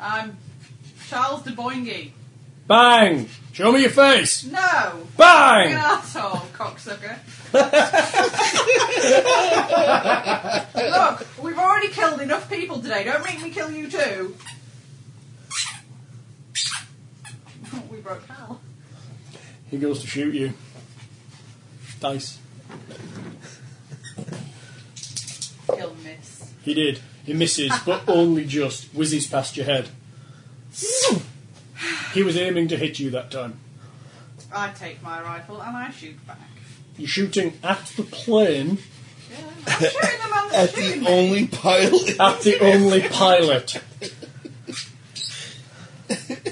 I'm Charles de Boingy. Bang! Show me your face. No! Fucking Bang! asshole, cocksucker. Look, we've already killed enough people today. Don't make me kill you too. we broke hell. He goes to shoot you. Dice. Kill miss. He did. He misses, but only just. Whizzes past your head. He was aiming to hit you that time. I take my rifle and I shoot back. You're shooting at the plane, Yeah, I'm shooting the man At that's shooting the me. only pilot. at the only pilot,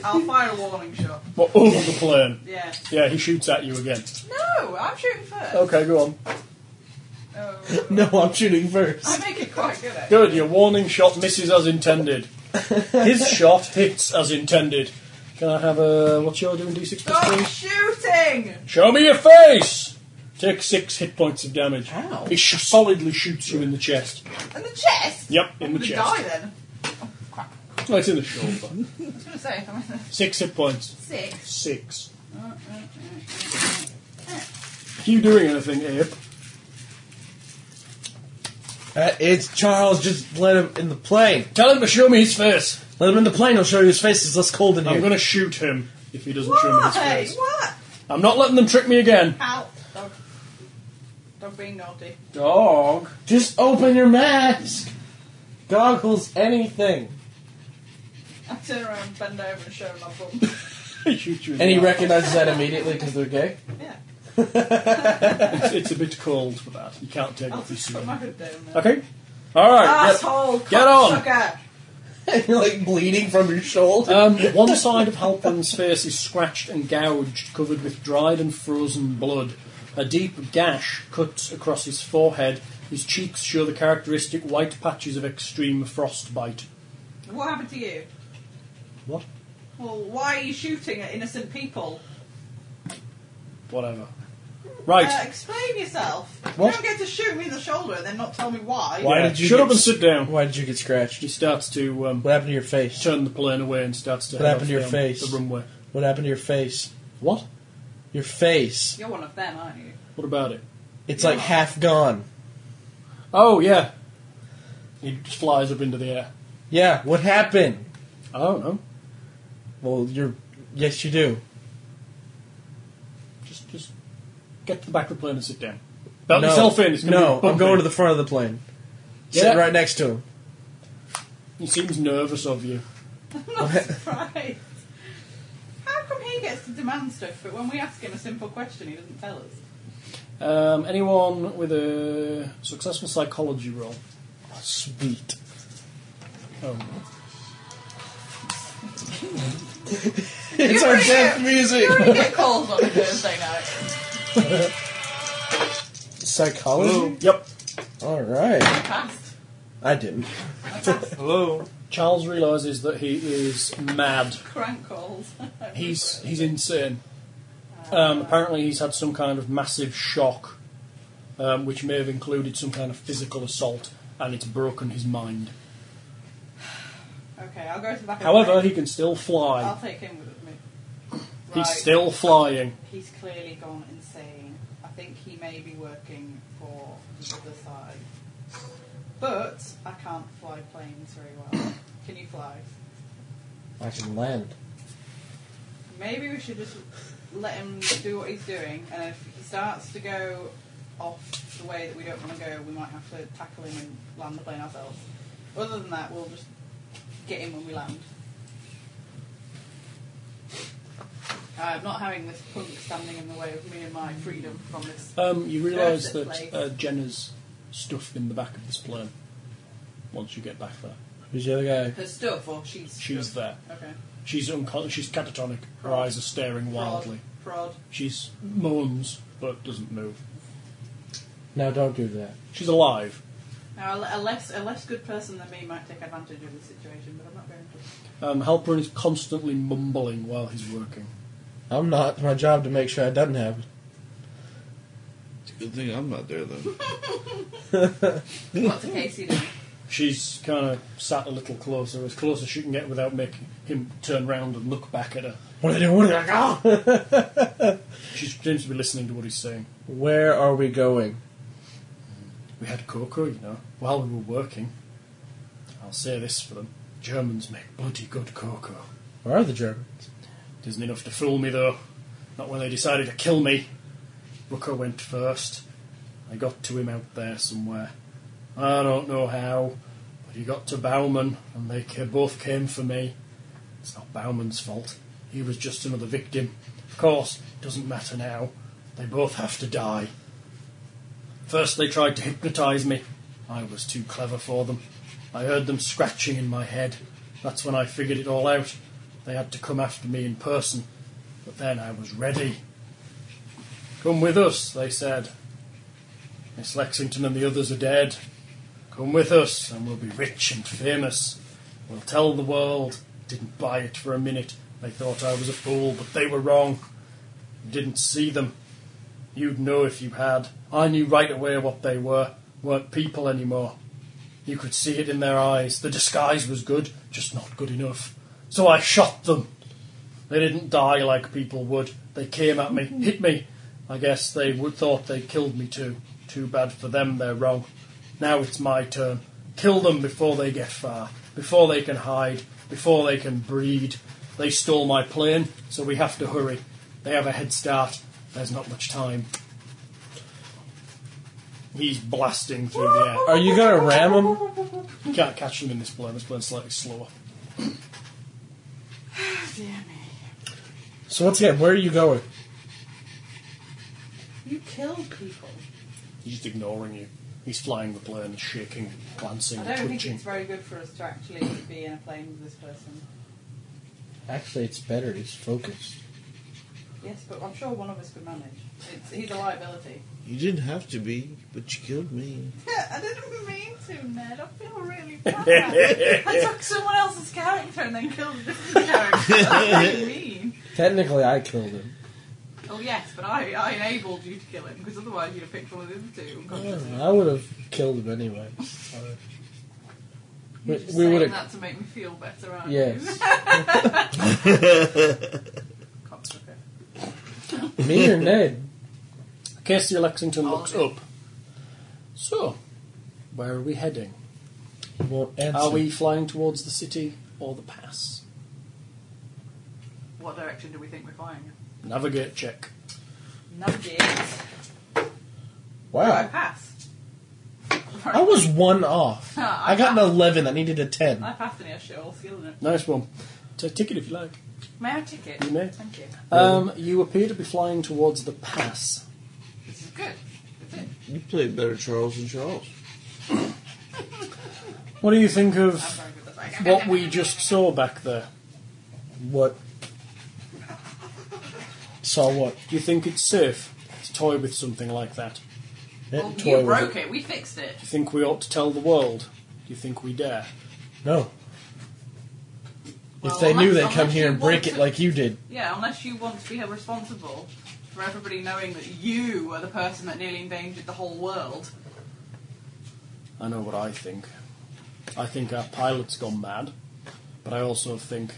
I'll fire a warning shot. but over the plane. Yeah. Yeah, he shoots at you again. No, I'm shooting first. Okay, go on. Oh. No, I'm shooting first. I make it quite good at Good, your warning shot misses as intended. His shot hits as intended. Can I have a. What's your doing, D6 plus Stop please? shooting! Show me your face! Take six hit points of damage. Ow. He sh- solidly shoots you in the chest. And the chest! Yep, in I'm the gonna chest. die then. No, it's in the shoulder. I was gonna say, if I'm Six hit points. six. Six. You doing anything, Abe? Uh, it's Charles. Just let him in the plane. Tell him to show me his face. Let him in the plane. I'll show you his face. It's less cold in I'm here. going to shoot him if he doesn't show me his Why? face. What? I'm not letting them trick me again. Ow. Dog. Dog being naughty. Dog. Just open your mask. Goggles. Anything. I turn around, bend over, and show him my bum. I shoot you. in And he the eye. recognizes that immediately because they're gay. yeah. It's, it's a bit cold for that. You can't take I'll off your just suit. put my hood down there. Okay. All Ah, right. yep. Asshole! Get on. cocksucker. You're like bleeding from your shoulder. Um, one side of Halprin's face is scratched and gouged, covered with dried and frozen blood. A deep gash cuts across his forehead. His cheeks show the characteristic white patches of extreme frostbite. What happened to you? What? Well, why are you shooting at innocent people? Whatever. Right. Uh, explain yourself. What? You don't get to shoot me in the shoulder and then not tell me why. Why Yeah, did you shut get up and s- sit down? Why did you get He scratched? starts to um, What happened to your face? turn the plane away and starts to What head happened off to your down face? the runway. What happened to your face? What? Your face. You're one of them, aren't you? What about it? It's like half gone. Oh yeah. He just flies up into the air. Yeah, what happened? I don't know. Well, you're. Yes, you do. Just just get to the back of the plane and sit down. Belt No. yourself in. It's gonna no, be bumpy. I'm going to the front of the plane. Yeah. Sitting right next to him. He seems nervous of you. Right. How come he gets to demand stuff, but when we ask him a simple question, he doesn't tell us? Um, anyone with a successful psychology roll? Sweet. Oh, It's our death music. You already get calls on a Thursday night. Psychology? yep. Alright. Fast. I didn't. Hello. Charles realizes that he is mad. Crank calls. He's he's insane. Um, apparently, he's had some kind of massive shock, um, which may have included some kind of physical assault, and it's broken his mind. okay, I'll go to the back of the However, plane. he can still I'll fly. take him with me. Right. He's still flying. He's clearly gone insane. I think he may be working for the other side. But I can't fly planes very well. Can you fly? I can land. Maybe we should just let him do what he's doing, and if he starts to go off the way that we don't want to go, we might have to tackle him and land the plane ourselves. Other than that, we'll just get him when we land. I'm Uh, not having this punk standing in the way of me and my freedom from this. Um, you realise Perfect that place. uh, Jenna's stuffed in the back of this plane. Once you get back there, Who's the other guy? Her stuff, or she's. she's there. Okay. She's uncon- She's catatonic. Her eyes are staring wildly. Prod. She's moans but doesn't move. No, don't do that. She's alive. Now, a, le- a less a less good person than me might take advantage of the situation, but I'm not going to. Um, Halperin is constantly mumbling while he's working. I'm not. It's my job to make sure it doesn't happen. It's a good thing I'm not there, though. What's a Casey doing? She's kind of sat a little closer, as close as she can get without making him turn round and look back at her. What are they doing? What are they She seems to be listening to what he's saying. Where are we going? We had cocoa, you know, while we were working. I'll say this for them Germans make bloody good cocoa. Where are the Germans? It isn't enough to fool me, though. Not when they decided to kill me. Rooker went first. I got to him out there somewhere. I don't know how, but he got to Bauman, and they ca- both came for me. It's not Bauman's fault. He was just another victim. Of course, it doesn't matter now. They both have to die. First, they tried to hypnotise me. I was too clever for them. I heard them scratching in my head. That's when I figured it all out. They had to come after me in person. But then I was ready. Come with us, they said. Miss Lexington and the others are dead. Come with us, and we'll be rich and famous. We'll tell the world. Didn't buy it for a minute. They thought I was a fool, but they were wrong. You didn't see them. You'd know if you had. I knew right away what they were. Weren't people anymore. You could see it in their eyes. The disguise was good, just not good enough. So I shot them. They didn't die like people would. They came at me, hit me. I guess they would thought they killed me too. Too bad for them, they're wrong. Now it's my turn. Kill them before they get far, before they can hide, before they can breed. They stole my plane, so we have to hurry. They have a head start. There's not much time. He's blasting through the air. Are you gonna ram them? You can't catch them in this plane. This plane's slightly slower. So once again, where are you going? You killed people. He's just ignoring you. He's flying the plane, shaking, glancing, I don't think twitching. it's very good for us to actually be in a plane with this person. Actually, it's better. It's focused. Yes, but I'm sure one of us could manage. It's, he's a liability. You didn't have to be, but you killed me. I didn't mean to, Ned. I feel really bad. I took someone else's character and then killed a different character. That's really mean. Technically, I killed him. Oh yes, but I, I enabled you to kill him because otherwise you'd have picked one of the other two. I unconsciously. don't know, I would have killed him anyway. You're We- just we saying would've- that to make me feel better, aren't Yes. you? Cocksucker. Me or Ned? Casey Lexington looks Oh, up. So, where are we heading? He won't answer. Are we flying towards the city or the pass? What direction do we think we're flying? Navigate check. Navigate. Wow. I, Pass. I was one off. Ah, I got an 11. I needed a 10. I passed an air show. Feeling it. Nice one. Take a ticket if you like. May I have a ticket? You may. Thank you. Um, you appear to be flying towards the pass. This is good. That's it. You played better Charles than Charles. What do you think of I'm very good at that. what we just saw back there? What? Saw what? Do you think it's safe to toy with something like that? That Well, toy Oh, you was broke it. We fixed it. Do you think we ought to tell the world? Do you think we dare? No. Well, if they knew, unless- they'd come unless here you and break want it to- like you did. Yeah, unless you want to be responsible for everybody knowing that you are the person that nearly endangered the whole world. I know what I think. I think our pilot's gone mad, but I also think.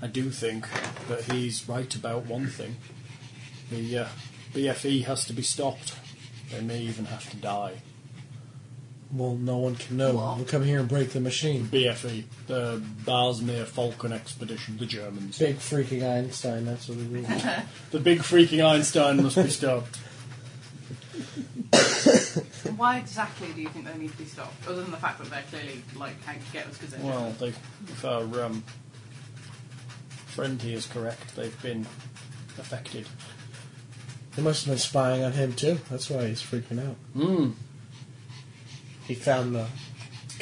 I do think that he's right about one thing. The uh, BFE has to be stopped. They may even have to die. Well, no one can know. We'll come here and break the machine. BFE, E, the Basmir Falcon Expedition, the Germans. Big freaking Einstein, that's what it is. The big freaking Einstein must be stopped. And why exactly do you think they need to be stopped? Other than the fact that they're clearly like out to get us because they're Well, they, if our um, friend here is correct, they've been affected. they must have been spying on him, too. That's why he's freaking out. Mm. He found the.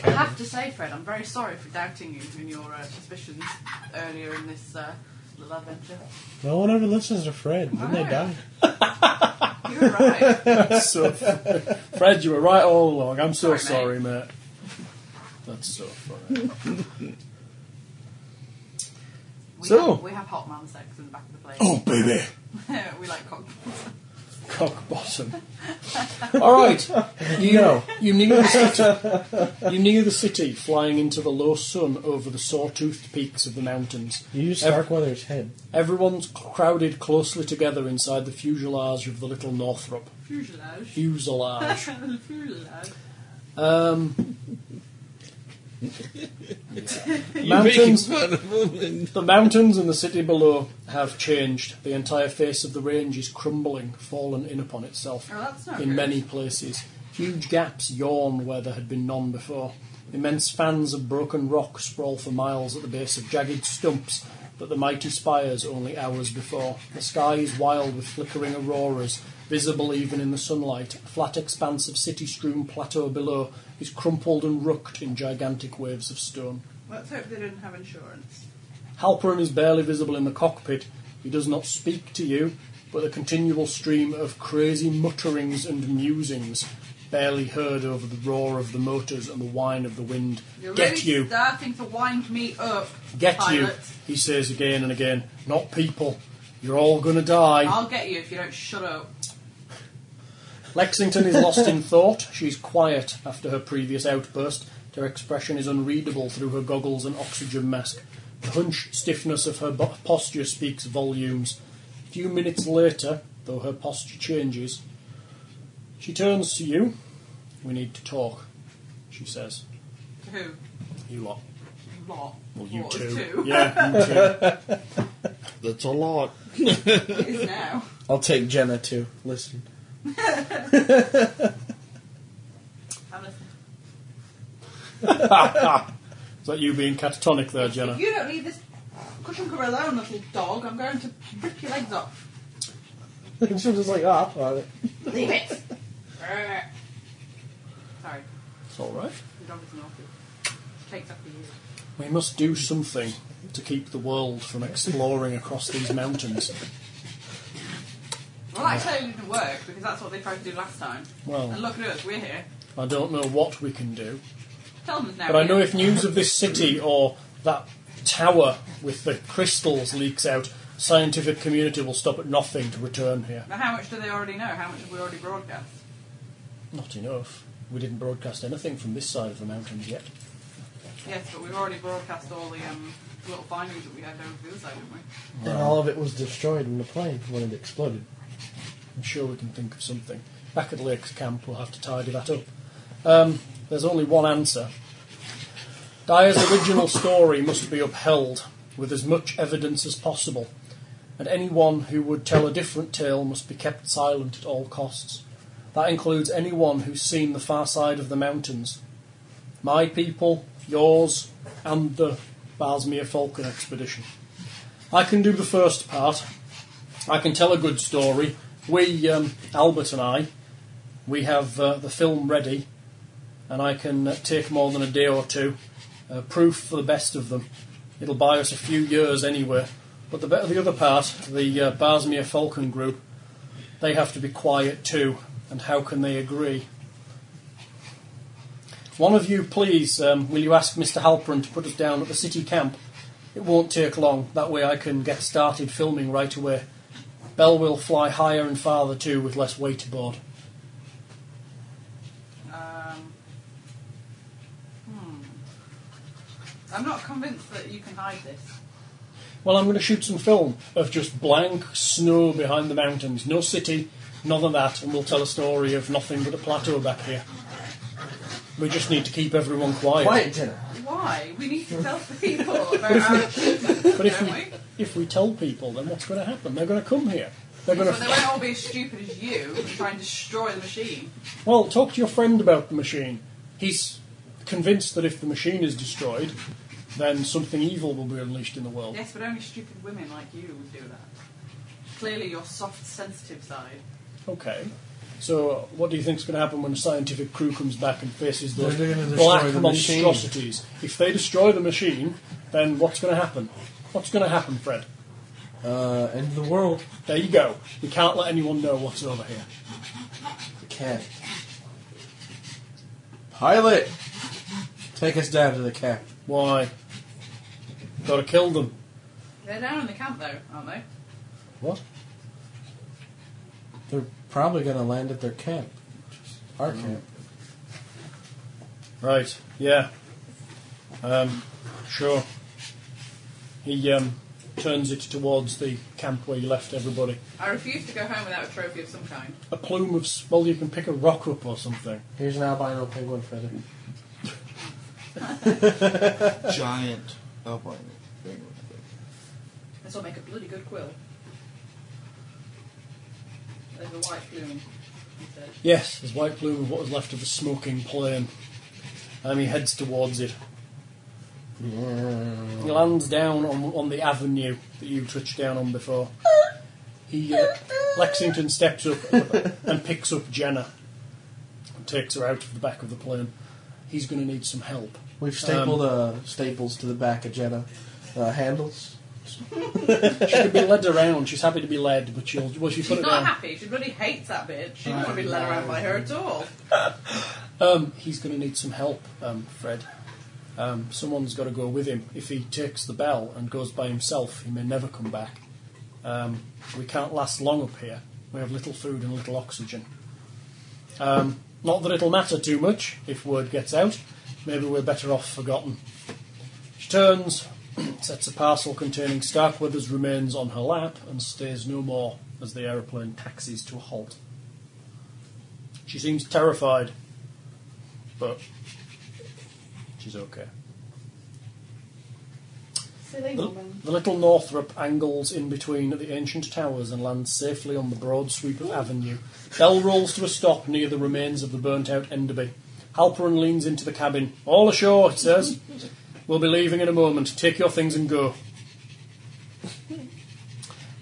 I have to say, Fred, I'm very sorry for doubting you in your uh, suspicions earlier in this uh, little adventure. No one ever listens to Fred. Then they Wow. die. You were right. so, Fred, you were right all along. I'm so sorry, Sorry, mate. That's so funny. We So- have, we have hot man sex in the back of the plane. Oh, baby. we like cock. Cock bottom. all right. You, no. You near the city. You near the city, flying into the low sun over the sawtoothed peaks of the mountains. You use Ev- Starkweather's head. Everyone's crowded closely together inside the fuselage of the little Northrop. Fuselage. Fuselage. Fuselage. Um, You're making mountains, fun of him. And the mountains and the city below have changed. The entire face of the range is crumbling, fallen in upon itself. Oh, that's not in good. many places, huge gaps yawn where there had been none before. Immense fans of broken rock sprawl for miles at the base of jagged stumps, but the mighty spires only hours before. The sky is wild with flickering auroras, visible even in the sunlight. A flat expanse of city-strewn plateau below is crumpled and rooked in gigantic waves of stone. Let's hope they didn't have insurance. Halperin is barely visible in the cockpit. He does not speak to you, but the continual stream of crazy mutterings and musings, barely heard over the roar of the motors and the whine of the wind, You're get really you, starting to wind me up. get pilot. you, he says again and again. Not people. You're all gonna die. I'll get you if you don't shut up. Lexington is lost in thought. She's quiet after her previous outburst. Her expression is unreadable through her goggles and oxygen mask. The hunch stiffness of her bo- posture speaks volumes. A few minutes later, though her posture changes, she turns to you. We need to talk, she says. To who? You lot. Lot. Well, you Lot two. is two. Yeah, you two. That's a lot. It is now. I'll take Jenna, too. Listen. I'm listening. Is that you being catatonic there, Jenna? If you don't need this cushion cover alone, little dog, I'm going to rip your legs off. She's just like, ah, oh, it. Leave it. Sorry, It's all right. the dog is naughty. Takes up for you. We must do something to keep the world from exploring across these mountains. Well, that clearly didn't work because that's what they tried to do last time. Well- and look at us, we're here. I don't know what we can do, Tell them now. but I know yeah. if news of this city or that tower with the crystals leaks out, scientific community will stop at nothing to return here. Now, how much do they already know? How much have we already broadcast? Not enough. We didn't broadcast anything from this side of the mountains yet. Yes, but we've already broadcast all the um, little findings that we had over the other side, didn't we? And all of it was destroyed in the plane when it exploded. I'm sure we can think of something. Back at Lake's camp, we'll have to tidy that up. Um, there's only one answer. Dyer's original story must be upheld with as much evidence as possible, and anyone who would tell a different tale must be kept silent at all costs. That includes anyone who's seen the far side of the mountains. My people, yours, and the Balsmere Falcon expedition. I can do the first part. I can tell a good story. We, um, Albert and I, we have uh, the film ready, and I can uh, take more than a day or two. Uh, proof for the best of them. It'll buy us a few years anyway. But the, be- the other part, the uh, Basmir Falcon group, they have to be quiet too. And how can they agree? One of you, please, um, will you ask Mr. Halprin to put us down at the city camp? It won't take long. That way I can get started filming right away. Bell will fly higher and farther too with less weight aboard. Um, hmm. I'm not convinced that you can hide this. Well, I'm going to shoot some film of just blank snow behind the mountains. No city, none of that, and we'll tell a story of nothing but a plateau back here. We just need to keep everyone quiet. Quiet dinner. Why? We need to tell people about our achievements, But if don't we, we? if we tell people, then what's going to happen? They're going to come here. They're going But they to. won't all be as stupid as you and try and destroy the machine. Well, talk to your friend about the machine. He's convinced that if the machine is destroyed, then something evil will be unleashed in the world. Yes, but only stupid women like you would do that. Clearly, your soft, sensitive side. Okay. So, uh, what do you think's going to happen when the scientific crew comes back and faces those They're gonna destroy black the machine. monstrosities? If they destroy the machine, then what's going to happen? What's going to happen, Fred? Uh, end of the world. There you go. We can't let anyone know what's over here. The cat. Pilot! Take us down to the camp. Why? Gotta kill them. They're down in the camp, though, aren't they? What? They're probably going to land at their camp. Our camp. Right. Yeah. Um, sure. He um, turns it towards the camp where you left everybody. I refuse to go home without a trophy of some kind. A plume of s- well, you can pick a rock up or something. Here's an albino penguin feather. Giant albino penguin. This will make a bloody good quill. There's a white plume. instead. Yes, his white plume of what was left of the smoking plane. And he heads towards it. He lands down on, on the avenue that you touched down on before. He uh, Lexington steps up and picks up Jenna and takes her out of the back of the plane. He's going to need some help. We've stapled uh, staples to the back of Jenna. Uh, handles. She could be led around. She's happy to be led, but she'll well, she put She's it not down. happy. She bloody hates that bitch. She doesn't want to be led around by her at all. Um, he's going to need some help, um, Fred. Um, someone's got to go with him. If he takes the bell and goes by himself, he may never come back. Um, we can't last long up here. We have little food and little oxygen. Um, not that it'll matter too much if word gets out. Maybe we're better off forgotten. She turns, sets a parcel containing Starkweather's remains on her lap, and stays no more as the aeroplane taxis to a halt. She seems terrified, but she's okay. Silly The, woman. the little Northrop angles in between the ancient towers and lands safely on the broad sweep of Avenue. Bell rolls to a stop near the remains of the burnt out Enderby. Halperin leans into the cabin. All ashore, it says. We'll be leaving in a moment. Take your things and go. The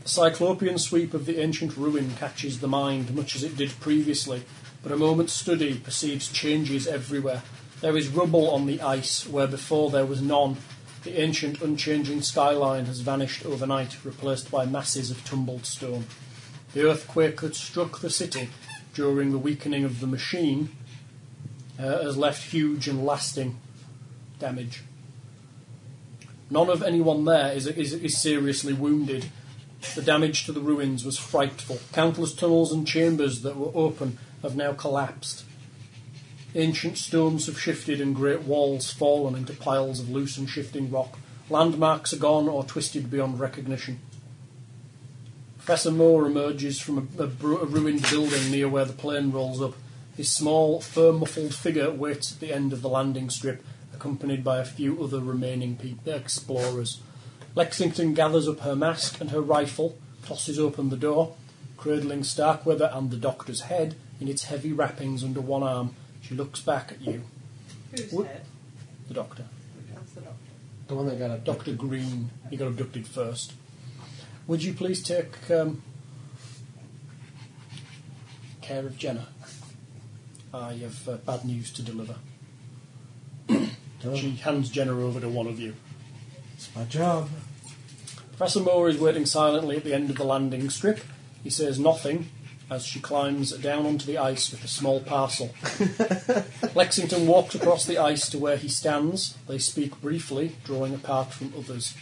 cyclopean sweep of the ancient ruin catches the mind much as it did previously, but a moment's study perceives changes everywhere. There is rubble on the ice where before there was none. The ancient, unchanging skyline has vanished overnight, replaced by masses of tumbled stone. The earthquake that struck the city during the weakening of the machine uh, has left huge and lasting damage. None of anyone there is, is, is seriously wounded. The damage to the ruins was frightful. Countless tunnels and chambers that were open have now collapsed. Ancient stones have shifted and great walls fallen into piles of loose and shifting rock. Landmarks are gone or twisted beyond recognition. Professor Moore emerges from a, a, bru- a ruined building near where the plane rolls up. His small, fur muffled figure waits at the end of the landing strip, accompanied by a few other remaining pe- explorers. Lexington gathers up her mask and her rifle, tosses open the door, cradling Starkweather and the doctor's head in its heavy wrappings under one arm. She looks back at you, Who's What? head? the doctor. That's the doctor. The one that got Dr. Green. He got abducted first. Would you please take um, care of Jenna? I have uh, bad news to deliver. she hands Jenna over to one of you. It's my job. Professor Moore is waiting silently at the end of the landing strip. He says nothing as she climbs down onto the ice with a small parcel. Lexington walks across the ice to where he stands. They speak briefly, drawing apart from others.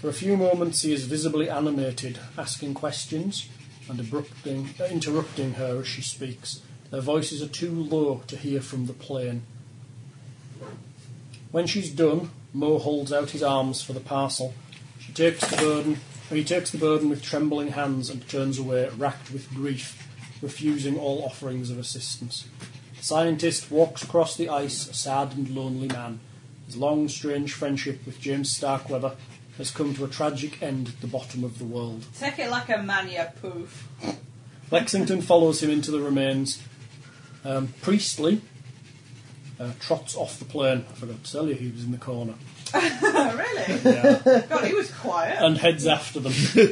For a few moments, he is visibly animated, asking questions and abrupting, uh, interrupting her as she speaks. Their voices are too low to hear from the plane. When she's done, Moore holds out his arms for the parcel. She takes the burden. He takes the burden with trembling hands and turns away, racked with grief, refusing all offerings of assistance. The scientist walks across the ice, a sad and lonely man. His long, strange friendship with James Starkweather has come to a tragic end at the bottom of the world. Take it like a man, you poof. Lexington follows him into the remains. Um, Priestley uh, trots off the plane. I forgot to tell you he was in the corner. really? Yeah. God, he was quiet. Oh, and heads after them. He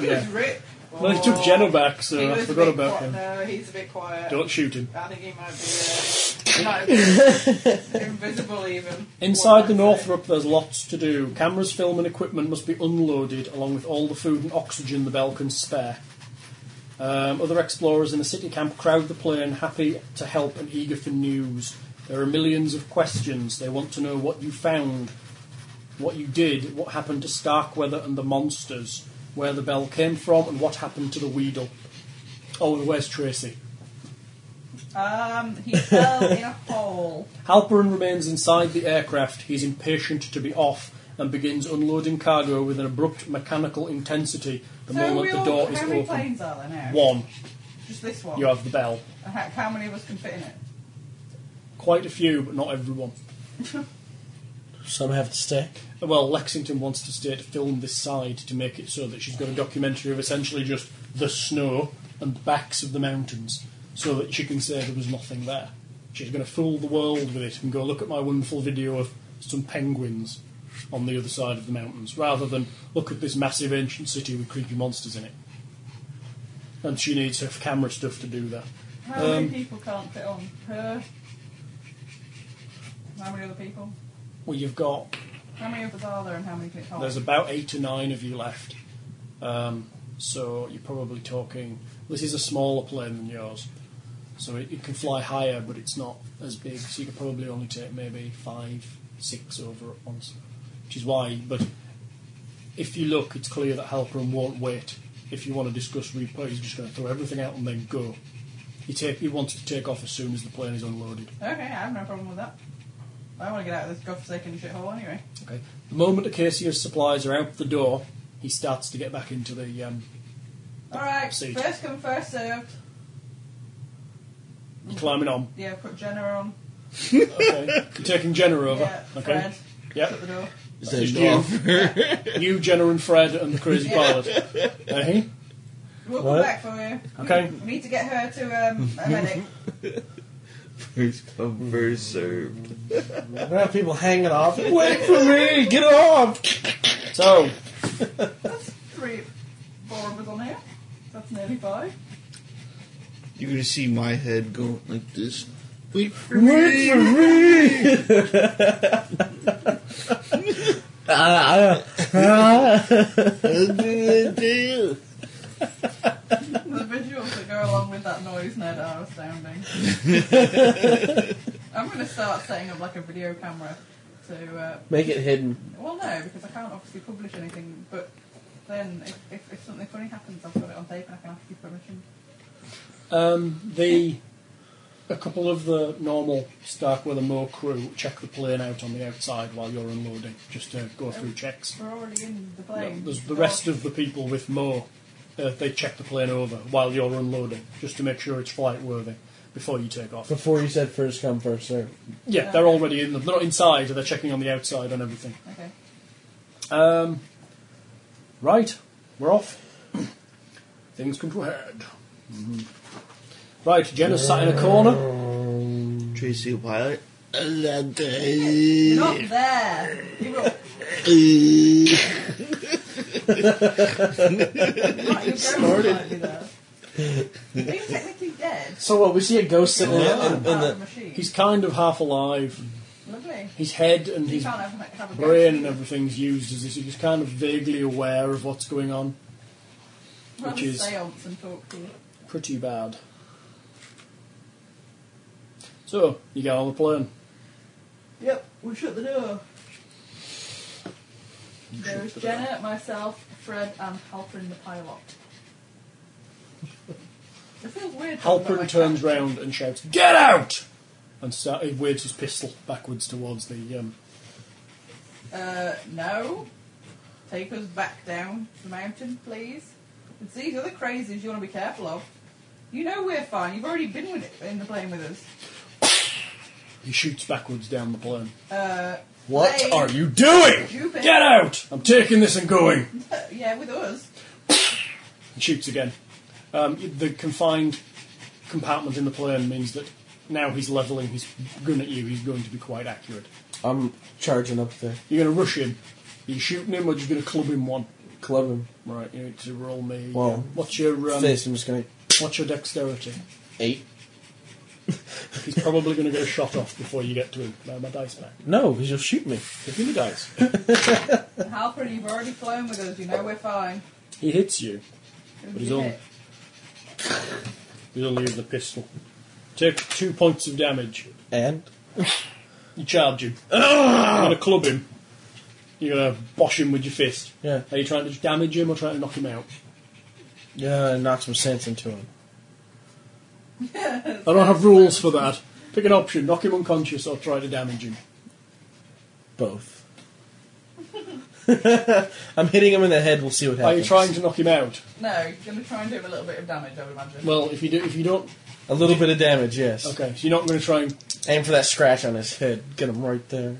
yeah. was ri- Oh. Well, he took Jenna back, He so I was a forgot bit about qui- him. No, he's a bit quiet. Don't shoot him. I think he might be uh, not invisible even. Inside the What was it? Northrup, there's lots to do. Cameras, film, and equipment must be unloaded, along with all the food and oxygen the Bell can spare. Um, other explorers in the city camp crowd the plane, happy to help and eager for news. There are millions of questions. They want to know what you found, what you did, what happened to Starkweather and the monsters, where the bell came from, and what happened to the Weedle. Oh, and where's Tracy? Um, he fell in a hole. Halperin remains inside the aircraft. He's impatient to be off and begins unloading cargo with an abrupt mechanical intensity the so we moment the all, door is how many open. planes are there now? One, Just this one. you have the bell. And How, how many of us can fit in it? Quite a few, but not everyone. Some have to stay. Well, Lexington wants to stay to film this side to make it so that she's got a documentary of essentially just the snow and the backs of the mountains so that she can say there was nothing there. She's going to fool the world with it and go, look at my wonderful video of some penguins on the other side of the mountains, rather than look at this massive ancient city with creepy monsters in it. And she needs her camera stuff to do that. How Um, many people can't fit on her? How many other people? Well, you've got How many of us are there and how many can it hold? There's about eight or nine of you left. Um, so you're probably talking. This is a smaller plane than yours. So it, it can fly higher, but it's not as big. So you could probably only take maybe five, six over at once. Which is why, but if you look, it's clear that Halperin won't wait. If you want to discuss replay, he's just going to throw everything out and then go. He, take, he wants to take off as soon as the plane is unloaded. Okay, I have no problem with that. I want to get out of this godforsaken shithole anyway. Okay. The moment Acacia's supplies are out the door, he starts to get back into the um, Alright, Seat. first come, first served. climbing on. Yeah, put Jenna on. Okay. You're taking Jenna over. Yeah, okay. Fred. Shut Yep. the door. There's you. offer. You, Jenna, and Fred, and the crazy Yeah. pilot. Eh? We'll What? come back for you. Okay. We need to get her to um, a medic. First come, first served. I don't have people hanging off. Wait for me! Get off! So, That's three, four of us on here. That's nearly five. You're gonna see my head going like this. Wait for Wait for me. me! Ah, ah, ah. I'll do it too. The visuals that go along with that noise, Ned, are astounding. I'm going to start setting up like a video camera to. Uh, Make it hidden. well, no, because I can't obviously publish anything, but then if, if, if something funny happens, I've got it on tape and I can ask you permission. um, the a couple of the normal Starkweather Moor crew check the plane out on the outside while you're unloading, just to go through checks. We're already in the Yeah, plane. There's the rest of the people with Moore. Uh, they check the plane over while you're unloading, just to make sure it's flight worthy. before you take off. Before you said first come, first serve. Yeah, they're already in. The, they're not inside. They're checking on the outside on everything. Okay. Um, right, we're off. Things come to a head. Mm-hmm. Right, Jenna's sat in a corner. Tracy Pilot. You're not there. Right, you're Snorted. Are you technically dead? So what? We see a ghost sitting in, in, in Out of the the. machine. He's kind of half alive. Lovely. His head and You his can't have, have a go. brain and everything's used as this. He's kind of vaguely aware of what's going on. Have which a is- seance and talk to you. Pretty bad. So you get on the plane. Yep, we shut the door. There was Jenna, myself, Fred, and Halprin the pilot. It feels weird. talking about my Halprin turns cat. round and shouts, "Get out!" and start, he waves his pistol backwards towards the um, Uh, no. Take us back down the mountain, please. It's these other crazies you want to be careful of. You know we're fine. You've already been with it, in the plane with us. He shoots backwards down the plane. Uh, What they- are you doing? Stupid. Get out! I'm taking this and going. yeah, with us. He shoots again. Um, the confined compartment in the plane means that now he's leveling his gun at you. He's going to be quite accurate. I'm charging up there. You're going to rush him. Are you shooting him or just going to club him one? Club him. Right, you need to roll me. Well, um, what's your um, Fist. I'm just going to what's your dexterity? eight. He's probably going to get a shot off before you get to him. Now my dice back. No, because you'll shoot me. Give me the dice. Halprin, you've already flown with us. You know we're fine. He hits you. Who'd But he's you on. hit? He's only used the pistol. Take two points of damage. And You charge him. You're going to club him. You're going to bosh him with your fist. Yeah. Are you trying to damage him or trying to knock him out? yeah, I uh, knock some sense into him. I don't have rules for that. Pick an option: knock him unconscious or try to damage him. Both. I'm hitting him in the head. We'll see what Are happens. you trying to knock him out? No, you're going to try and do him a little bit of damage, I would imagine. Well, if you do, if you don't, A little bit of damage, yes. okay. So you're not going to try and Aim for that scratch on his head. Get him right there.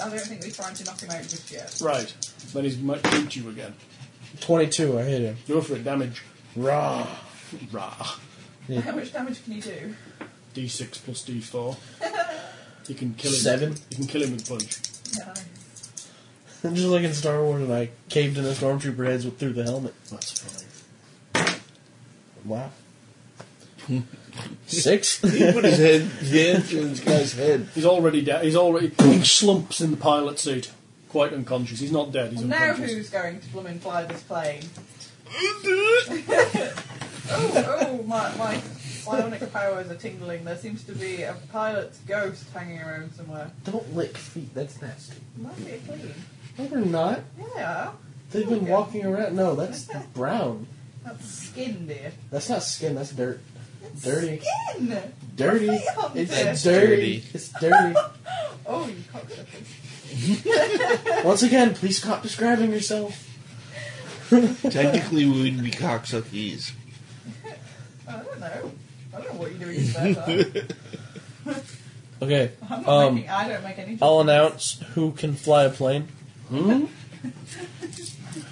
I don't think we're trying to knock him out just yet. right. Then he might shoot you again. 22. I hit him. Go for it. Damage. Rah. Rah. How much damage can you do? D6 plus D4. You can kill him. Seven. You can kill him with a punch. No. I'm just like in Star Wars and I caved in the stormtrooper heads with- through the helmet. That's fine. Wow. Six? He put his head, head in this guy's head. He's already dead. He's already he slumps in the pilot seat, quite unconscious. He's not dead. He's Well, now unconscious. who's going to blooming fly this plane? oh, oh, my, my psionic powers are tingling. There seems to be a pilot's ghost hanging around somewhere. Don't lick feet. That's nasty. Might be a clean. No, they're not. Yeah, They've been walking around. No, that's brown. that's skin, dear. That's not skin. That's dirt. It's Dirty. Skin! Dirty. Feet on It's dirt. dirty. It's dirty. Oh, you cocksuckers. Once again, please stop describing yourself. Technically, we would be cocksuckies. I don't know. I don't know what you're doing in spare time. Okay. I'm not Um, making, I don't make any I'll announce who can fly a plane.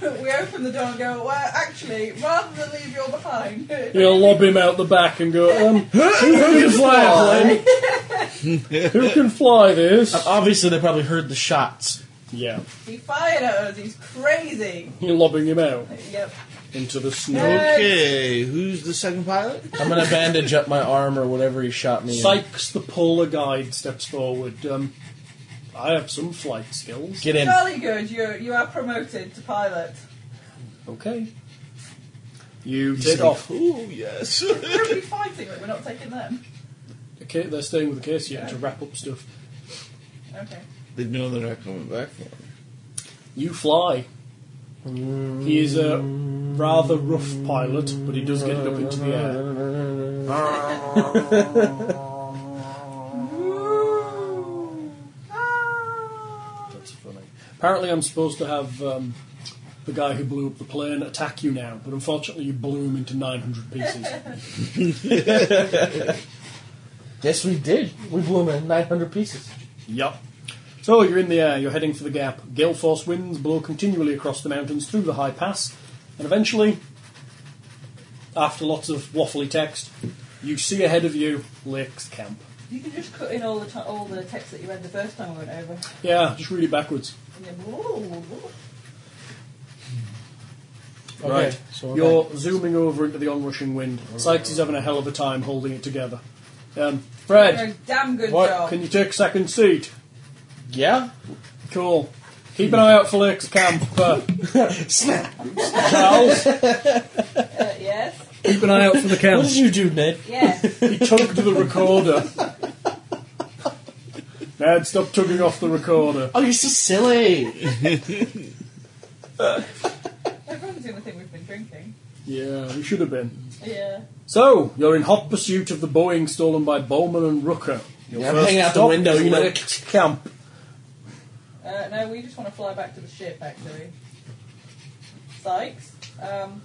We open the door and go, well, actually, rather than leave you all behind, You'll lob him out the back and go, um, who, who can fly a plane? who can fly this? Obviously, they probably heard the shots. Yeah. he fired at us, he's crazy. You're lobbing him out Yep. into the snow. Okay, who's the second pilot? I'm gonna bandage up my arm or whatever he shot me. in. Sykes, the polar guide, steps forward. Um, I have some flight skills. Get in. Jolly good, you you are promoted to pilot. Okay. You take off. Oh, yes. We're already fighting, but we're not taking them. Okay, they're staying with the case yet to wrap up stuff. Okay. they know they're not coming back for him. You fly. He is a rather rough pilot, but he does get it up into the air. That's funny. Apparently, I'm supposed to have um, the guy who blew up the plane attack you now, but unfortunately, you blew him into 900 pieces. Yes, we did. We blew him in 900 pieces. Yup. So you're in the air, you're heading for the gap. Gale force winds blow continually across the mountains through the high pass, and eventually, after lots of waffly text, you see ahead of you Lake's camp. You can just cut in all the t- all the text that you read the first time we went over. Yeah, just read it backwards. And then, whoa, whoa. Okay, right. so I'm You're back. zooming over into the onrushing wind. Sykes is having a hell of a time holding it together. Um, Fred, You're a damn good What job. can you take second seat? Yeah? Cool. Keep an eye out for Lake's camp. Uh, Snap! Charles, Uh, yes, keep an eye out for the What camp. did you do, Ned? yes. He tugged the recorder. Ned, stop tugging off the recorder. Oh, you're so silly! Everyone's doing the thing we've been drinking. Yeah, we should have been. Yeah. So, you're in hot pursuit of the Boeing stolen by Bowman and Rooker. Your Yeah, I'm first hanging out the stop window, is you know. Lake's camp. Uh, no, we just want to fly back to the ship, actually. Sykes? Um,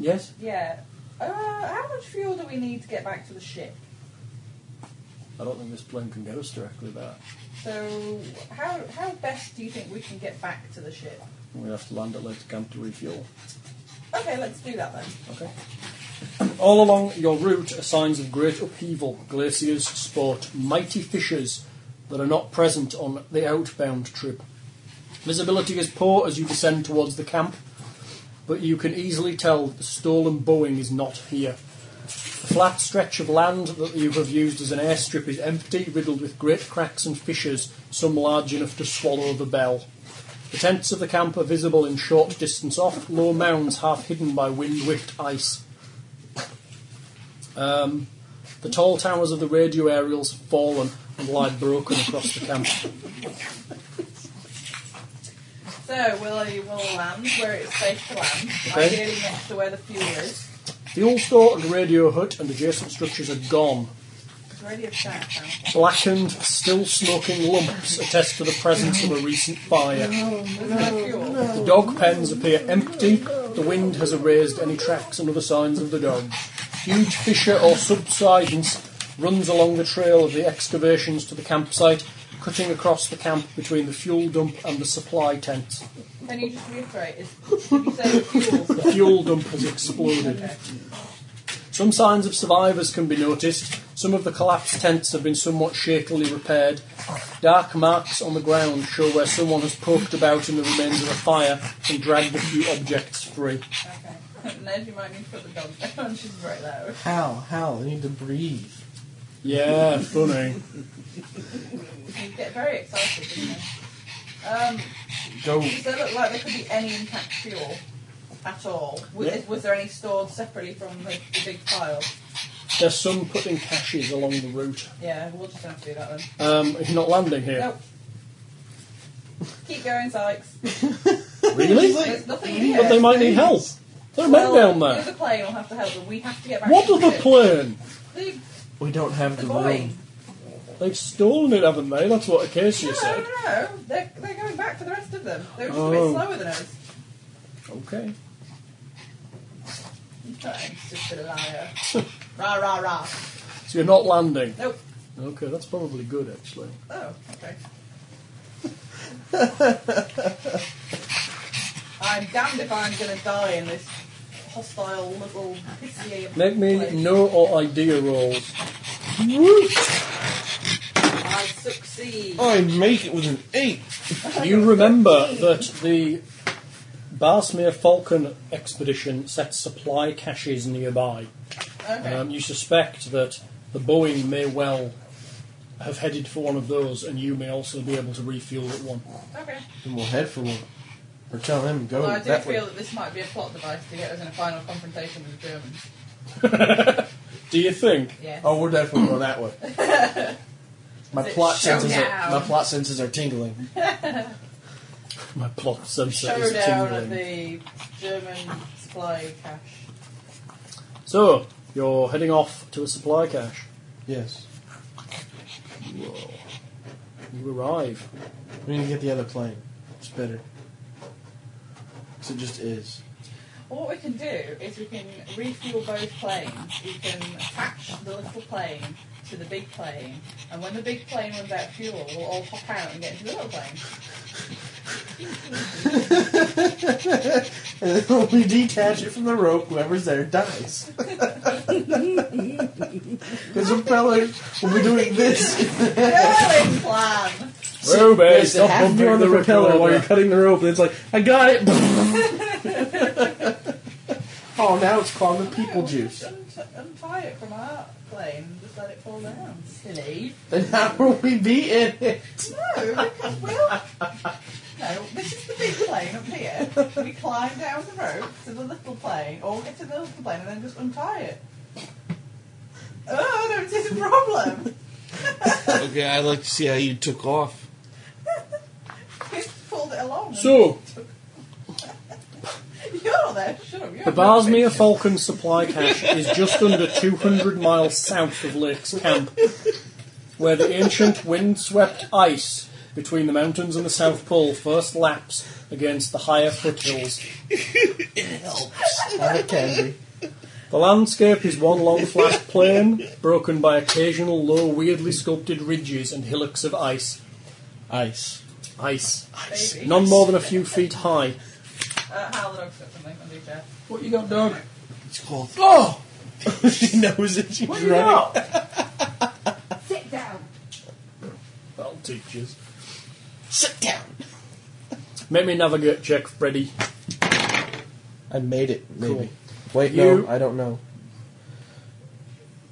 Yes? yeah. Uh, how much fuel do we need to get back to the ship? I don't think this plane can get us directly there. So, how, how best do you think we can get back to the ship? We have to land at Lake's camp to refuel. Okay, let's do that then. Okay. All along your route are signs of great upheaval. Glaciers sport mighty fissures that are not present on the outbound trip. Visibility is poor as you descend towards the camp, but you can easily tell that the stolen Boeing is not here. The flat stretch of land that you have used as an airstrip is empty, riddled with great cracks and fissures, some large enough to swallow the bell. The tents of the camp are visible in short distance off, low mounds half hidden by wind whipped ice. Um, the tall towers of the radio aerials have fallen and lie broken across the camp. So, we'll, we'll land where it's safe to land, Okay. ideally next to where the fuel is. Fuel store and radio hut and adjacent structures are gone. It's already a shack now. Blackened, still smoking lumps attest to the presence of a recent fire. There's no fuel. The dog pens appear empty, the wind has erased any tracks and other signs of the dog. Huge fissure or subsidence runs along the trail of the excavations to the campsite, cutting across the camp between the fuel dump and the supply tents. Can you just reiterate? Is, did you say the fuel's The fuel dump has exploded. okay. Some signs of survivors can be noticed. Some of the collapsed tents have been somewhat shakily repaired. Dark marks on the ground show where someone has poked about in the remains of a fire and dragged a few objects free. Okay. Ned, you might need to put the dog down. She's right there. Hal, Hal, I need to breathe. Yeah, funny. You get very excited, didn't you? Um, Go. does it look like there could be any intact fuel at all? Was, Yeah. was there any stored separately from the, the big pile? There's some putting caches along the route. Yeah, we'll just have to do that then. Um, he's not landing here. Nope. Keep going, Sykes. Really? There's nothing here. But they might need help. There are men Well, down you, there. The plane will have to help them. We have to get back. What to of the plane? The, We don't have the the boy. room. They've stolen it, haven't they? That's what No, Acacia no, said. no, no. They're, they're going back for the rest of them. They're just Oh. a bit slower than us. Okay. Okay, just a liar. rah, rah, rah. So you're not landing. Nope. Okay, that's probably good actually. Oh, okay. I'm damned if I'm going to die in this hostile little pissy Make me place. know or idea rolls. I succeed. Oh. I make it with an 8. Do you remember that the Barsmere Falcon expedition set supply caches nearby? Okay. Um, you suspect that the Boeing may well have headed for one of those, and you may also be able to refuel at one. okay. Then we'll head for one. Or tell him, go oh, Well, I do that way. feel that this might be a plot device to get us in a final confrontation with the Germans. Do you think? Yeah. Oh, we're definitely going that way. My Is it plot, senses are, showdown? my plot senses are tingling. My plot sensor is Showdown at tingling. the German supply cache. So, you're heading off to a supply cache. Yes. You arrive. We need to get the other plane. It's better. 'Cause it just is. What we can do is we can refuel both planes. We can attach the little plane to the big plane, and when the big plane runs out of fuel, we'll all hop out and get into the little plane. and then when we detach it from the rope, whoever's there dies. Because the propellers will be doing this. Rolling plan! Whoa, babe, Yes, stop half of you bumping on the, the propeller while you're recorder. cutting the rope, and it's like, I got it! oh, now it's clogged with people juice. Unt- untie it from our plane and just let it fall down. Silly. And how will we be in it? No, because we'll. No, this is the big plane up here. We climb down the rope to the little plane, or get to the little plane and then just untie it. Oh, no, it is a problem. Okay, I'd like to see how you took off. Just pulled it along. and So, You're there, sure. You're the Uh, Barsmere Falcon supply cache is just under 200 miles south of Lake's Camp, where the ancient windswept ice between the mountains and the South Pole first laps against the higher foothills That can be. The landscape is one long flat plain, broken by occasional low, weirdly sculpted ridges and hillocks of ice. Ice. Ice. Ice. Baby. None more than a few feet high. Uh, Hal, the dog's got something on the chair. What you got, dog? It's called. Oh! she knows it. She's running. Sit down. That'll teach us. Sit down. Make me navigate check, Freddy. I made it, maybe. Cool. Wait, You- no, I don't know.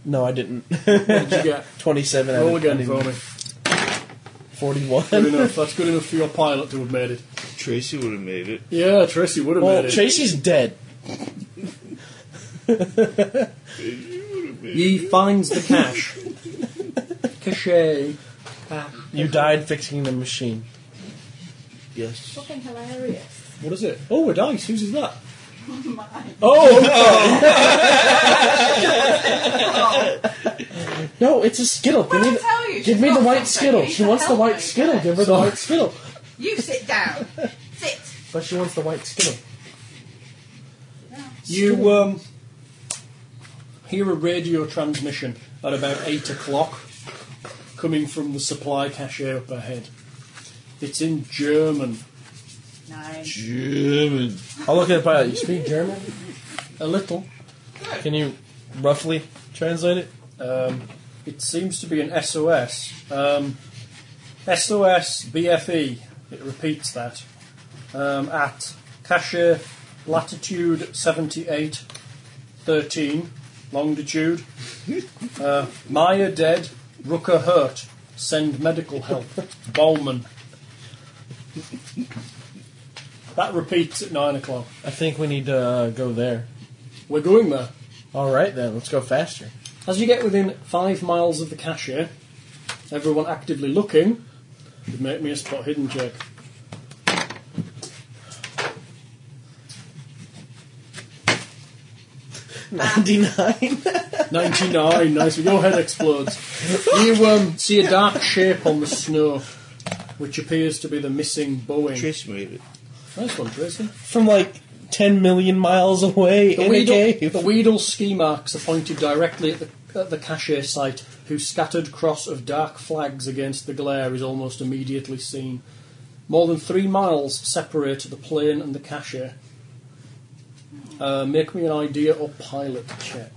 No, I didn't. What did you get? 27 out Roll of again 20. for me. Good 41. enough. That's good enough for your pilot to have made it. Tracy would have made it. Yeah, Tracy would have Well, made Tracy's dead. it. He finds the cache. Cache. You died fixing the machine. Yes. Fucking hilarious. What is it? Oh, a dice. Whose is that? Oh, No, it's a Skittle. Give me I the, tell you, give she's me the got white something. Skittle. You She should wants the help white her. Skittle. Give her the white Skittle. You sit down. sit. But she wants the white Skittle. You um, hear a radio transmission at about 8 o'clock coming from the supply cache up ahead. It's in German. Nine. German. I'll look at the pilot. You speak German? A little. Can you roughly translate it? Um, it seems to be an SOS. Um, SOS BFE, E, it repeats that, um, at Cache latitude 78 13, longitude. Uh, Maya dead, Rucker hurt, send medical help, Bowman. That repeats at 9 o'clock. I think we need to uh, go there. We're going there. All right then, let's go faster. As you get within five miles of the cashier, everyone actively looking would make me a spot hidden check. Ninety-nine. 99, nice. Your head explodes. You um, see a dark shape on the snow, which appears to be the missing Boeing. Tracy made it. Nice one, Tracy. From like ten million miles away The in a Weedle, cave. the Weedle ski marks are pointed directly at the, at the cashier site, whose scattered cross of dark flags against the glare is almost immediately seen. More than three miles separate the plane and the cashier. Uh, make me an idea or pilot check.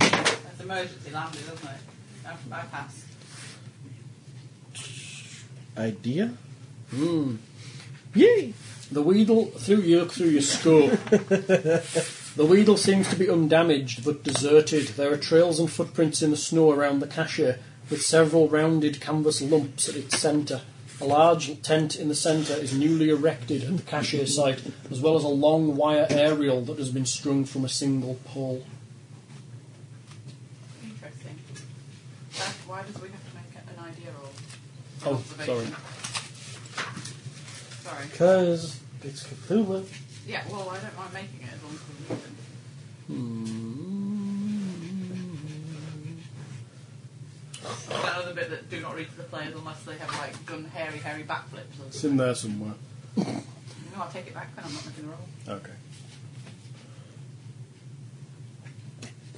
That's emergency landing, doesn't it? I, I pass. Idea. Hmm. Yay! The Weedle, through you, through your scope. the Weedle seems to be undamaged but deserted. There are trails and footprints in the snow around the cashier, with several rounded canvas lumps at its centre. A large tent in the centre is newly erected at the cashier site, as well as a long wire aerial that has been strung from a single pole. Interesting. That, why does we have to make an idea or Oh, observation? Sorry. Cause it's Cthulhu. Yeah, well, I don't mind making it as long as we're moving. That other bit that do not reach the players unless they have like done hairy, hairy backflips. Or something. there somewhere. No, I'll take it back then. I'm not making a roll. Okay.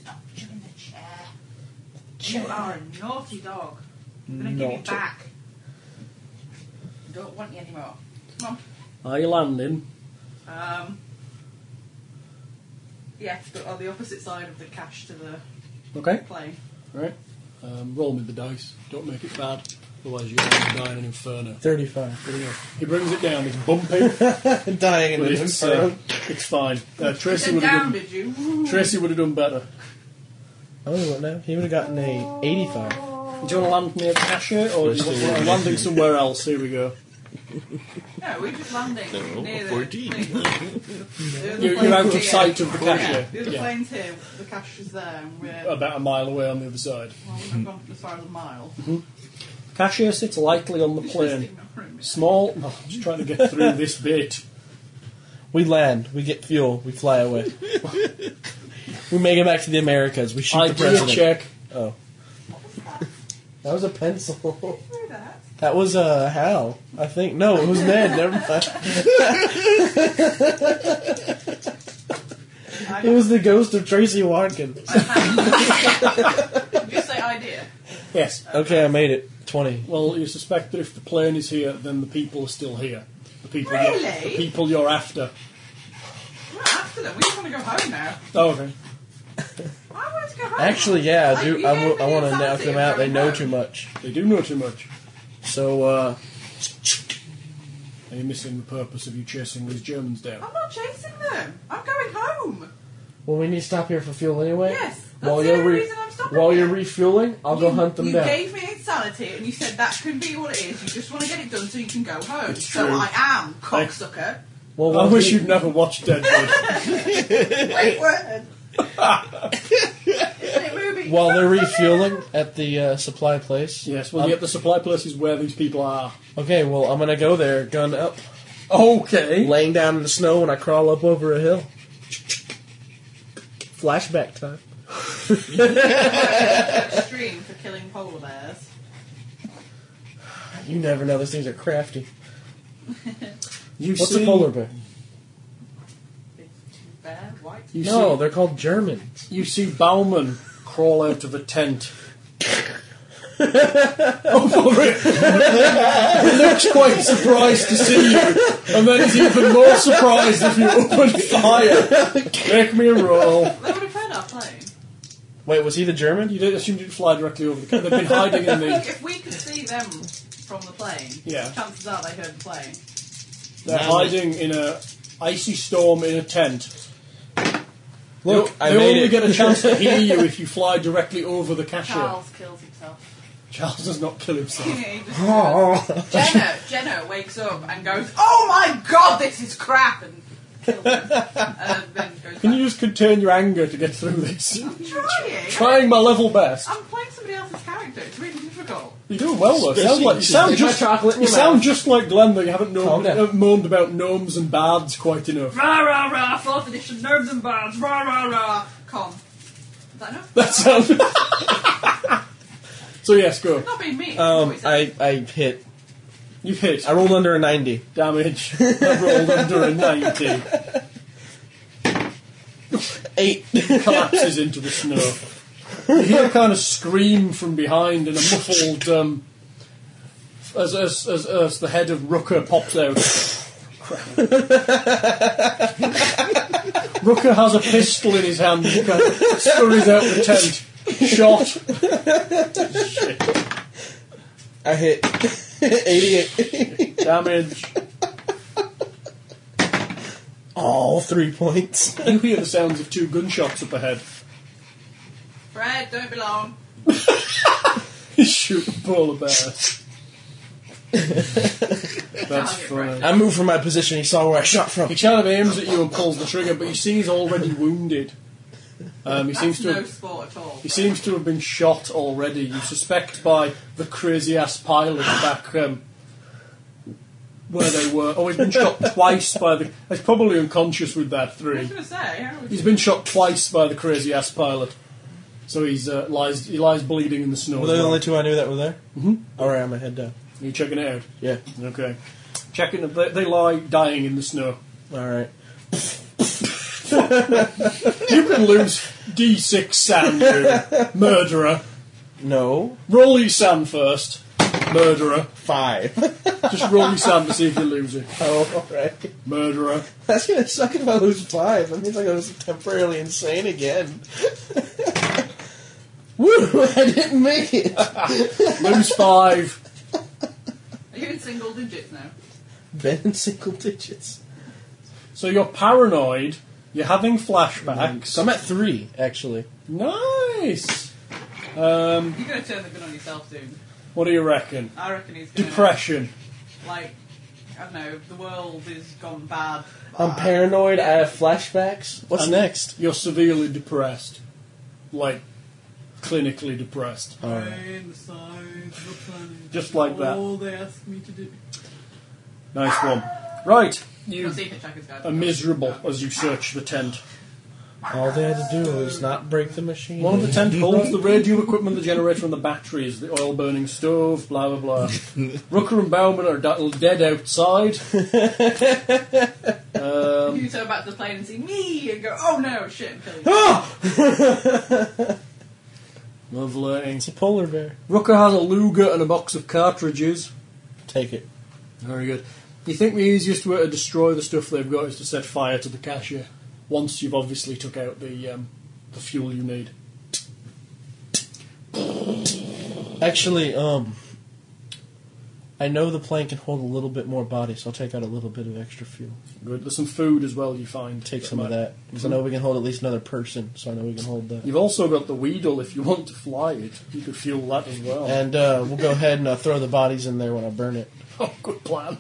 Oh, you're in the chair. You are a naughty dog. I'm going to give it Naughty. back. Don't want you anymore. Come Are you landing? on. Um, yeah, but on the opposite side of the cache to the Okay. plane. Right. Um, roll me the dice. Don't make it bad. Otherwise, you're going to die in an inferno. 35. Here we go. He brings it down. It's bumpy, Dying in but an it's, inferno. uh, it's fine. Uh, Tracy Sit would have down, done. did you? Woo. Tracy would have done better. Oh, what now? He would have gotten a 85. Do you want to land near the cashier, or do you want to landing somewhere else? Here we go. No, we're just landing No, near the 14. thing. The other You're, plane's you're out here. of sight of the Yeah, cashier. the other Yeah. plane's here, the cache is there, and we're, Uh, well, About a mile away on the other side. we've gone as far as a mile. Cashier sits lightly on the Just plane. ignoring me. Small. No, I'm just trying to get through this bit. We land. We get fuel. We fly away. we make it back to the Americas. We shoot the Idea president. check. Oh. That was a pencil. Through that. That was uh, Hal, I think. No, it was Ned. Never mind. It was the ghost of Tracy Watkins. Did you say idea? Yes. Okay, I made it. 20. Well, you suspect that if the plane is here, then the people are still here. The people, you're, Really? the people you're after. We're not after them. We just want to go home now. Oh, okay. I wanted to go home. Actually, yeah, I Like, do. you I, gave w- I me want to anxiety knock them of out. They going know home. too much. They do know too much. So, uh, Are you missing the purpose of you chasing these Germans down? I'm not chasing them. I'm going home. well, we need to stop here for fuel anyway. Yes, that's While the you're, only re- reason I'm stopping while here. you're refueling, I'll go hunt them you down. gave me insanity and you said that can be what it is. You just want to get it done so you can go home. It's so true. I am, cocksucker. well, I Oh. once wish we- you'd never watched Deadwood. Wait, word. Isn't it moving? While they're refueling at the uh, supply place. yes, well, Um, yet the supply place is where these people are. Okay, well, I'm gonna go there, gun up, Okay. laying down in the snow, and I crawl up over a hill. Flashback time. Extreme for killing polar bears. You never know; those things are crafty. You What's see, a polar bear? Big Bear, white. You No, see, they're called Germans. you see Bauman crawl out of a tent. Oh, Looks quite surprised to see you, and then he's even more surprised if you open fire. Make me a roll. They would have heard our plane. Wait, was he the German? You did assume you'd fly directly over the tent. They've been hiding in Look, the. if we could see them from the plane, Yeah. chances are they heard the plane. They're hiding in a icy storm in a tent. Look, they I they made only it. get a chance to hear you if you fly directly over the cashier. Charles kills himself. Charles does not kill himself. He just- Jenna, Jenna wakes up and goes, "Oh my god, this is crap!" and kills him. and then goes Can you back. just contain your anger to get through this? I'm trying. Trying my level best. I'm playing somebody else's character. It's really difficult. You're doing well though. Sounds like, you sound Take my just chocolate in you your sound mouth. just like Glenn, though you haven't Calm known, down. uh, moaned about gnomes and bards quite enough. Rah rah rah. Fourth edition nerds and bards. Rah rah rah. Con. Is that enough? That sounds. so yes, go. Not being mean. Um, What is I it? I hit. You hit I rolled under a ninety. damage. I rolled under a ninety. Eight. collapses into the snow. You hear a kind of scream from behind and a muffled. Um, as, as, as, as the head of Rooker pops out. Rooker has a pistol in his hand and kind of scurries out the tent. Shot. I hit eighty-eight. Damage. All three points. You hear the sounds of two gunshots up ahead. Fred, don't be long. Shoot the polar bear. That's funny. I moved from my position. He saw where I shot from. He kind of aims at you and pulls the trigger, but you see he's already wounded. Um, he seems That's to no have, sport at all. he seems to have been shot already. You suspect by the crazy ass pilot back um, where they were. Oh, he's been shot twice by the. He's probably unconscious with that I was three. going to say, how would He's you been shot twice by the crazy ass pilot, so he's uh, lies he lies bleeding in the snow. Were as they the well. only two I knew that were there? Mm-hmm. All right, I'm gonna head down. Are you checking it out? Yeah. Okay. Checking. if They, they lie dying in the snow. All right. You can lose D6 sand, you murderer. No. Roll your sand first, murderer. Five. Just roll your sand to see if you lose it, oh, alright. murderer. That's gonna suck if I lose five. That means I go temporarily insane again. Woo! I didn't make it. Lose five. Are you in single digits now? Ben in single digits. So you're paranoid. You're having flashbacks. So I'm at three, actually. Nice. You're going to turn the gun on yourself soon. What do you reckon? I reckon he's going to. Depression. Like, I don't know, the world is gone bad. I'm paranoid. I have flashbacks. What's And next? You're severely depressed. Like, clinically depressed. Rain, the signs, the planet, Just like that. All they asked me to do. Nice one. Right. You'll You see Hitchhiker's Guide. are miserable as you search the tent. All they had to do was not break the machine. One of the tent holds the radio equipment, the generator, and the batteries, the oil burning stove, blah blah blah. Rooker and Bowman are da- dead outside. You turn back to the plane and see me and go, oh no, shit, and kill you. Lovely. It's a polar bear. Rooker has a Luger and a box of cartridges. Take it. Very good. You think the easiest way to destroy the stuff they've got is to set fire to the cashier once you've obviously took out the um, the fuel you need. Actually, um, I know the plane can hold a little bit more body, so I'll take out a little bit of extra fuel. Good. There's some food as well you find. Take some of that because I know we can hold at least another person, so I know we can hold that. You've also got the Weedle if you want to fly it. You could fuel that as well. And uh, we'll go ahead and uh, throw the bodies in there when I burn it, Oh, good plan.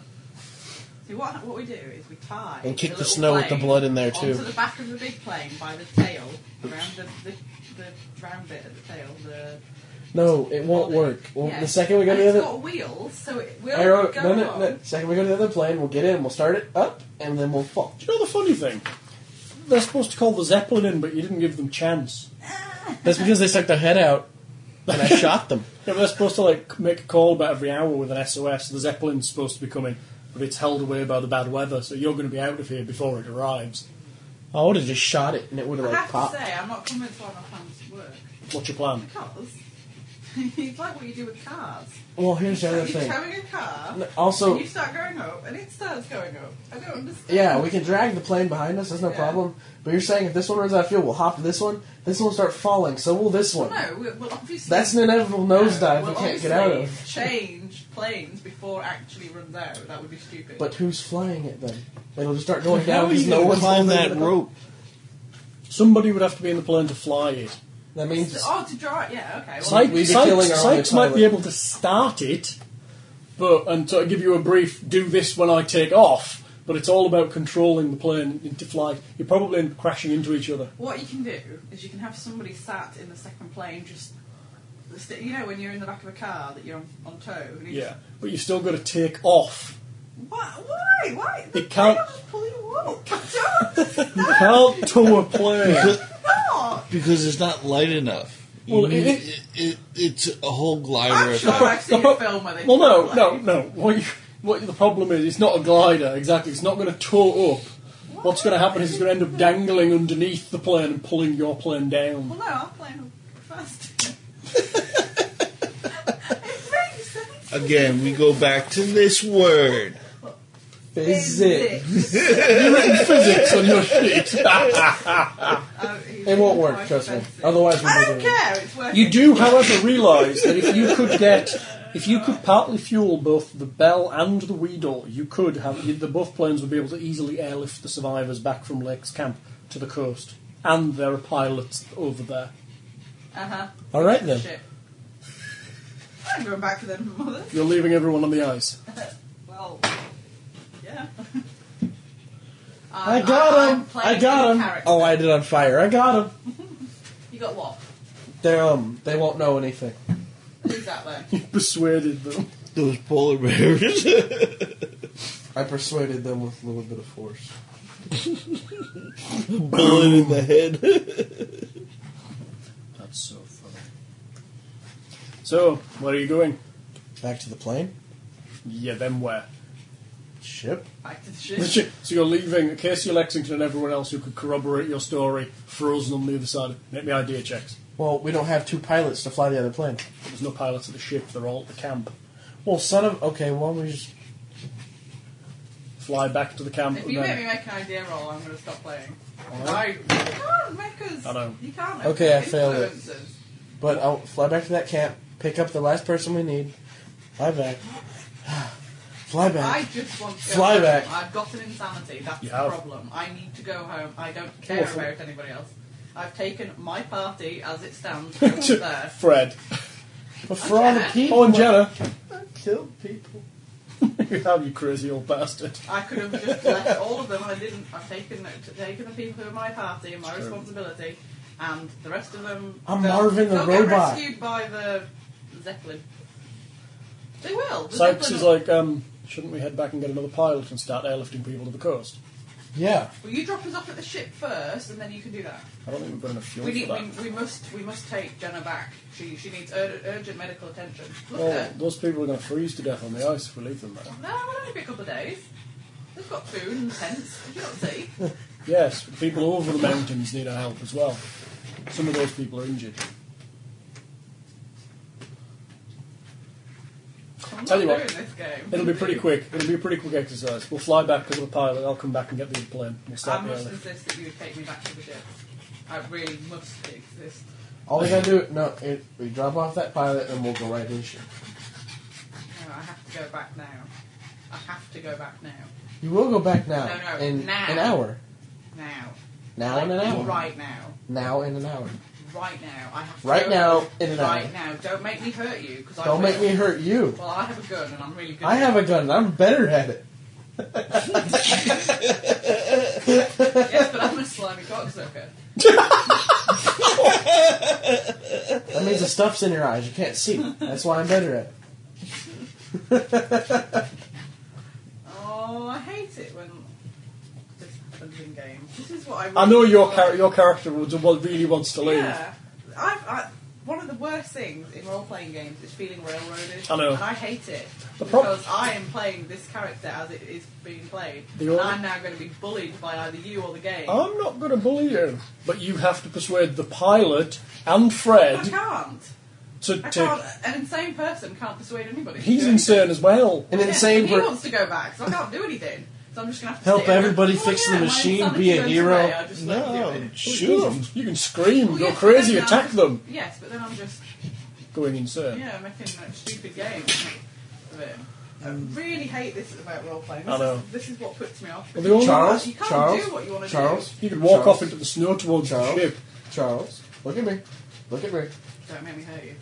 See, what, what we do is we tie. and kick the the, little snow with the plane blood in there too. Onto the back of the big plane by the tail, around the, the, the round bit at the tail. The, No, it won't work. Well, yeah. The second we go and to the It's other, got wheels, so it will I wrote, go no, no, on. no. Second we go to the other plane, we'll get in, we'll start it up, and then we'll fall. Do you know the funny thing? They're supposed to call the Zeppelin in, but you didn't give them chance. That's because they stuck their head out, and I shot them. Yeah, but they're supposed to like make a call about every hour with an SOS. The Zeppelin's supposed to be coming, but it's held away by the bad weather, so you're going to be out of here before it arrives. I would have just shot it, and it would have I like have popped. to say, I'm not convinced why my plans work. What's your plan? Because it's like what you do with cars. Well, here's the other You're thing. towing a car, No, and Also, you start going up, and it starts going up. I don't understand. yeah, we can drag the plane behind us. That's no Yeah. problem. But you're saying if this one runs out of fuel, we'll hop to this one. This one will start falling. So will this one. No, we- we'll obviously. That's an inevitable no, nosedive we'll we can't get out of. obviously Change planes before it actually runs out. That would be stupid. But who's flying it then? It'll just start going How down are you because no gonna one's climb holding that it. rope? Somebody would have to be in the plane to fly it. That So- means oh, to draw it, yeah, okay. Well, Sykes, we'd be Sykes- killing our only Sykes might be pilot. able to start it, but and sort of give you a brief "do this when I take off." But it's all about controlling the plane into flight. You're probably in- crashing into each other. What you can do is you can have somebody sat in the second plane just. st- You know, when you're in the back of a car that you're on, on tow. And you Yeah, but you've still got to take off. Just, what? Why? Why? The It can't- plane will just pull you up. Don't. It's You can't tow a plane. not. Because it's not light enough. You Well, it- need- it, it, it's a whole glider I'm sure effect. I've seen a film where they. Well, pull no, a no, plane. no. What, you, what the problem is, it's not a glider, exactly. It's not going to tow up. What's going to happen is it's going to end up dangling underneath the plane and pulling your plane down. Well, no, our plane will go fast. it makes sense. Again, we go back to this word. physics. Physics on your sheet. Oh, he's It won't work, quite trust me. expensive. Otherwise, we'll I be don't doing it. care. It's working. you do, however, realise that if you could get, if you could partly fuel both the Bell and the Weedle, you could have you, the both planes would be able to easily airlift the survivors back from Lake's camp to the coast, and there are pilots over there. Uh huh. All right then. Shit. I'm going back to them mothers. You're leaving everyone on the ice. Well, yeah. I got him. I got him. Oh, I did on fire. I got him. You got what? They um they won't know anything. Who's that then? You persuaded them. Those polar bears. I persuaded them with a little bit of force. Bullet in the head. That's so funny. So, where are you going? Back to the plane. Yeah, then where? Ship. Back to the The ship. ship. So you're leaving Casey Lexington and everyone else who could corroborate your story frozen on the other side. Make me idea checks. Well, we don't have two pilots to fly the other plane. There's no pilots at the ship, they're all at the camp. Well, son of. Okay, why don't we just. Fly back to the camp. If and you then- make me make an idea roll, I'm going to stop playing. Alright. You can't make us. I know. You can't. Okay, I influence failed it. us. But I'll fly back to that camp, pick up the last person we need, fly back. fly back. I just want to go Fly home. back. I've got an insanity. That's You the have. problem. I need to go home. I don't care Awful. about anybody else. I've taken my party as it stands. No one's there. Fred. But for all the people. Oh, and Jenna. Kill people. you have, you crazy old bastard. I could have just left all of them, and I didn't. I've taken taken the people who are my party and my responsibility, and the rest of them. I'm they'll- Marvin the they'll get robot. rescued by the zeppelin. They will. The Sykes zeppelin is like, um, shouldn't we head back and get another pilot and start airlifting people to the coast? Yeah. Well, you drop us off at the ship first, and then you can do that. I don't think we've got enough fuel We, for need, that. we, we must we must take Jenna back. She she needs ur- urgent medical attention. Look Well, at her. those people are going to freeze to death on the ice if we leave them there. No, it'll only be a couple of days. They've got food and tents. Have you not seen? Yes, the people over the mountains need our help as well. Some of those people are injured. I'm Tell not you what. doing this game. It'll be pretty quick. It'll be a pretty quick exercise. We'll fly back because of the pilot. I'll come back and get the plane. We'll I start the must airlift. insist that you take me back to the ship. I really must exist. All we gotta do, no, it, we drop off that pilot and we'll go right in. ship. No, I have to go back now. I have to go back now. You will go back now. No, no, in now. an hour. Now. Now Like, in an hour. Right now. Now in an hour. Right now. I have to Right go. now in an hour. Right now. Don't make me hurt you. Cause I Don't will. make me hurt you. Well, I have a gun and I'm really good I at have it. a gun. and I'm better at it. Yes, but I'm a slimy cocksucker. That means the stuff's in your eyes. You can't see. That's why I'm better at it. Oh, I hate it when this happens in games. This is what I. Really I know your dislike. char- your character would, would really wants to leave. Yeah, I've, I, one of the worst things in role-playing games is feeling railroaded. I know. and I hate it The prob- because I am playing this character as it is being played, The and only- I'm now going to be bullied by either you or the game. Oh, I'm not going to bully you, but you have to persuade the pilot and Fred I can't. to I take. can't. An insane person can't persuade anybody. to He's do anything. insane as well. An Yeah, insane He per- wants to go back, so I can't do anything. So I'm just going to have to Help sit here and- everybody Oh, fix the yeah, my machine, insanity be a goes hero. away, I just let them do it. Shoot 'em. You can scream, Well, go yes, but crazy, then I'm- attack them. Yes, but then I'm just Going insane. yeah making like, stupid games of it. I Um, really hate this about role playing. This, I know. Is, this is what puts me off. Well, the only- Charles, you can't Charles, do what you want to Charles, You could walk Charles. off into the snow towards Charles. the ship. Charles, look at me. Look at me. do. Don't make me hurt you.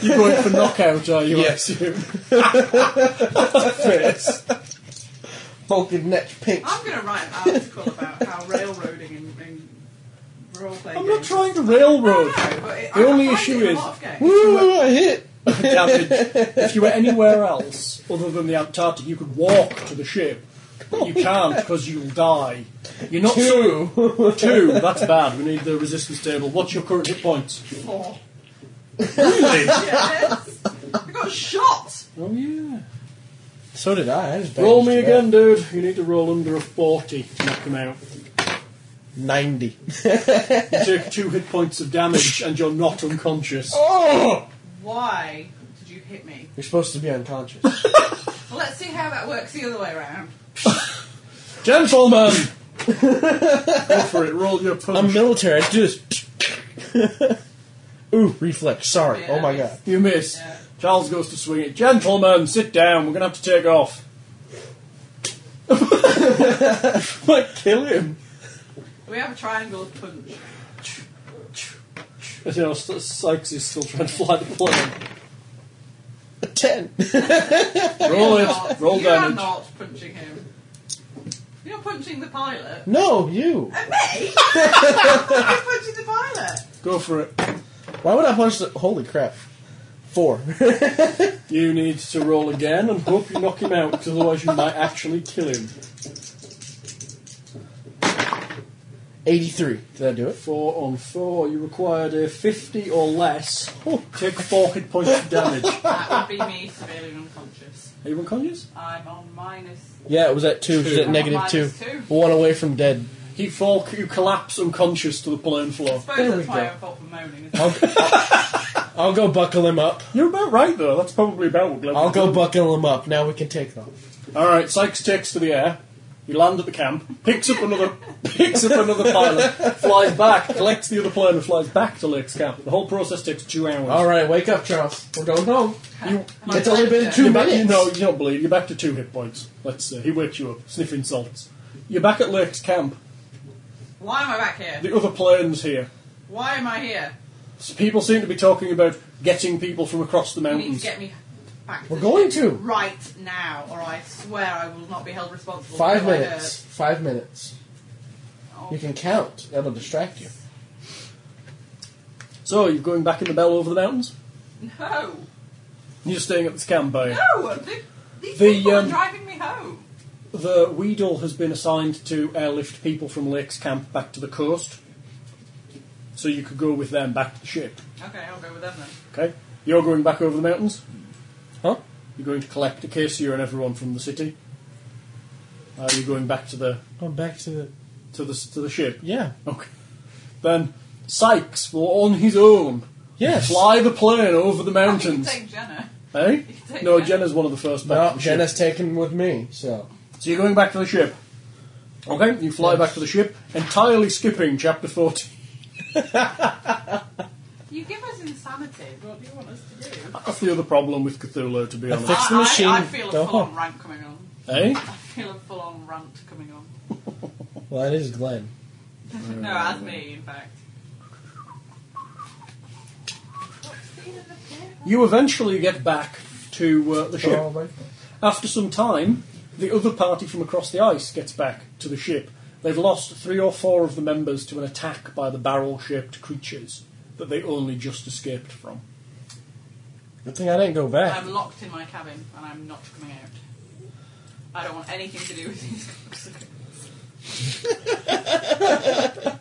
You're going for knockout, are you? Yes. Yes. Polka neck pink. I'm going to write an article about how railroading in, in role playing. I'm not trying to railroad. but it, The I only find it issue in a is- lot of games. Woo, I hit. damage. If you were anywhere else other than the Antarctic, you could walk to the ship. But you can't because you'll die. You're not Two. two. That's bad. We need the resistance table. What's your current hit points? Four. Really? Yes. I got shot. Oh yeah. So did I. I just Roll me banged you again, dude. You need to roll under a forty to knock him up. out. Ninety. You take two hit points of damage and you're not unconscious. Oh! Why did you hit me? You're supposed to be unconscious. Well, let's see how that works the other way around. Gentlemen! Go for it. Roll your punch. I'm military. I do this. Ooh, reflex. Sorry. oh my god. You miss. Yeah. Charles goes to swing it. Gentlemen, sit down. We're going to have to take off. like, kill him. We have a triangle punch. You know, S- Sykes is still trying to fly the plane. Ten. Roll You're it. not- Roll you damage. are not punching him. You're punching the pilot. No, you. And me? You're punching the pilot. Go for it. Why would I punch the. Holy crap. Four. You need to roll again and hope you knock him out, 'cause otherwise you might actually kill him. 83. Did I do it? Four on four. You required a 50 or less. Take four hit points of damage. That would be me severely unconscious. Are you unconscious? I'm on minus. Yeah, it was at two. She's Two. at negative Minus two. two. One away from dead. You fall, you collapse unconscious to the plane floor. suppose There we that's my go. own fault for moaning. isn't it? I'll go buckle him up. You're about right though. That's probably about what Glenn I'll would go do. buckle him up. Now we can take them. All right, Sykes takes to the air. You land at the camp, picks up another, picks up another pilot, flies back, collects the other plane, and flies back to Lake's camp. The whole process takes two hours. All right, wake up, Charles. We're going home. You, My It's only been pleasure. two you're back, you minutes. know, you don't believe. You're back to two hit points. Let's uh, he wakes you up, sniffing salts. You're back at Lake's camp. Why am I back here? The other plane's here. Why am I here? So people seem to be talking about getting people from across the You need to mountains. get me back. We're the going ship to. Right now, or I swear I will not be held responsible. Five for what I minutes. Five minutes. heard. Oh, You can count. That'll distract you. So you're going back in the bell over the mountains. No. You're staying at this camp, by No. The, these The, people um, are driving me home. The Weedle has been assigned to airlift people from Lake's camp back to the coast. So you could go with them back to the ship. Okay, I'll go with them then. Okay? You're going back over the mountains. Huh? You're going to collect Acacia and everyone from the city. Uh, you're going back to the Going back to the to the to the ship. yeah. Okay. Then Sykes will on his own Yes. fly the plane over the You can mountains. take Jenna. Eh? can take No, that. Jenna's one of the first back. No, to the ship. Jenna's taken with me. So So you're going back to the ship. Okay, you fly back to the ship, entirely skipping chapter 14. You give us insanity. What do you want us to do? That's the other problem with Cthulhu, to be honest. Fix the I- machine. I, I feel a Go full on home. rant coming on. Eh? I feel a full on rant coming on. well, that is Glenn. No, as me, in fact. You eventually get back to uh, the ship. Oh, my- After some time, the other party from across the ice gets back to the ship. They've lost three or four of the members to an attack by the barrel shaped creatures that they only just escaped from. Good thing I didn't go back. I'm locked in my cabin and I'm not coming out. I don't want anything to do with these cocksuckers.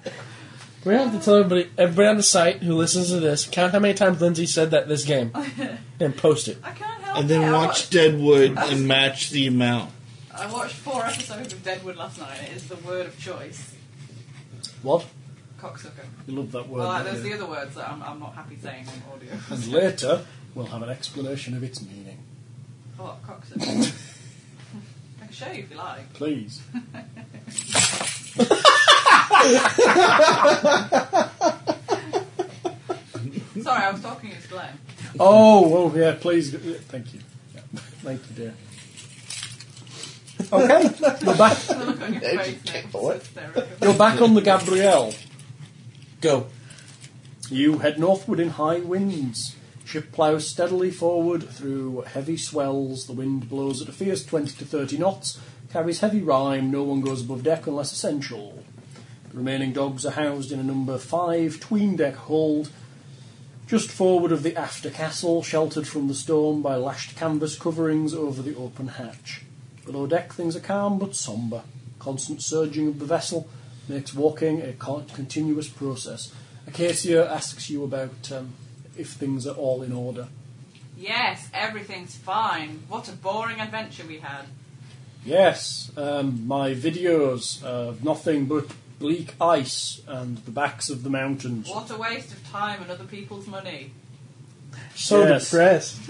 We have to tell everybody, everybody on the site who listens to this, count how many times Lindsay said that this game, and post it. I can't help And it. then I watch watched, Deadwood and match the amount. I watched four episodes of Deadwood last night. It is the word of choice. What? Cocksucker. You love that word. Well, don't there's you? the other words that I'm, I'm not happy saying on audio. And later, we'll have an explanation of its meaning. Oh, cocksucker. I can show you if you like. Please. Sorry, I was talking to Glenn. Oh, oh yeah, please. g- yeah, Thank you. Yeah. Thank you, dear. Okay, you're back, The look on your face now. It's hysterical. you're back on the Gabrielle. Go. You head northward in high winds. Ship ploughs steadily forward through heavy swells. The wind blows at a fierce 20 to 30 knots, carries heavy rime. No one goes above deck unless essential. The remaining dogs are housed in a number 5 tween deck hold, just forward of the after castle, sheltered from the storm by lashed canvas coverings over the open hatch. Below deck, things are calm but sombre. Constant surging of the vessel makes walking a con- continuous process. Acacia asks you about um, if things are all in order. Yes, everything's fine. What a boring adventure we had. Yes, um, my videos of nothing but bleak ice and the backs of the mountains. What a waste of time and other people's money. So Yes. depressed.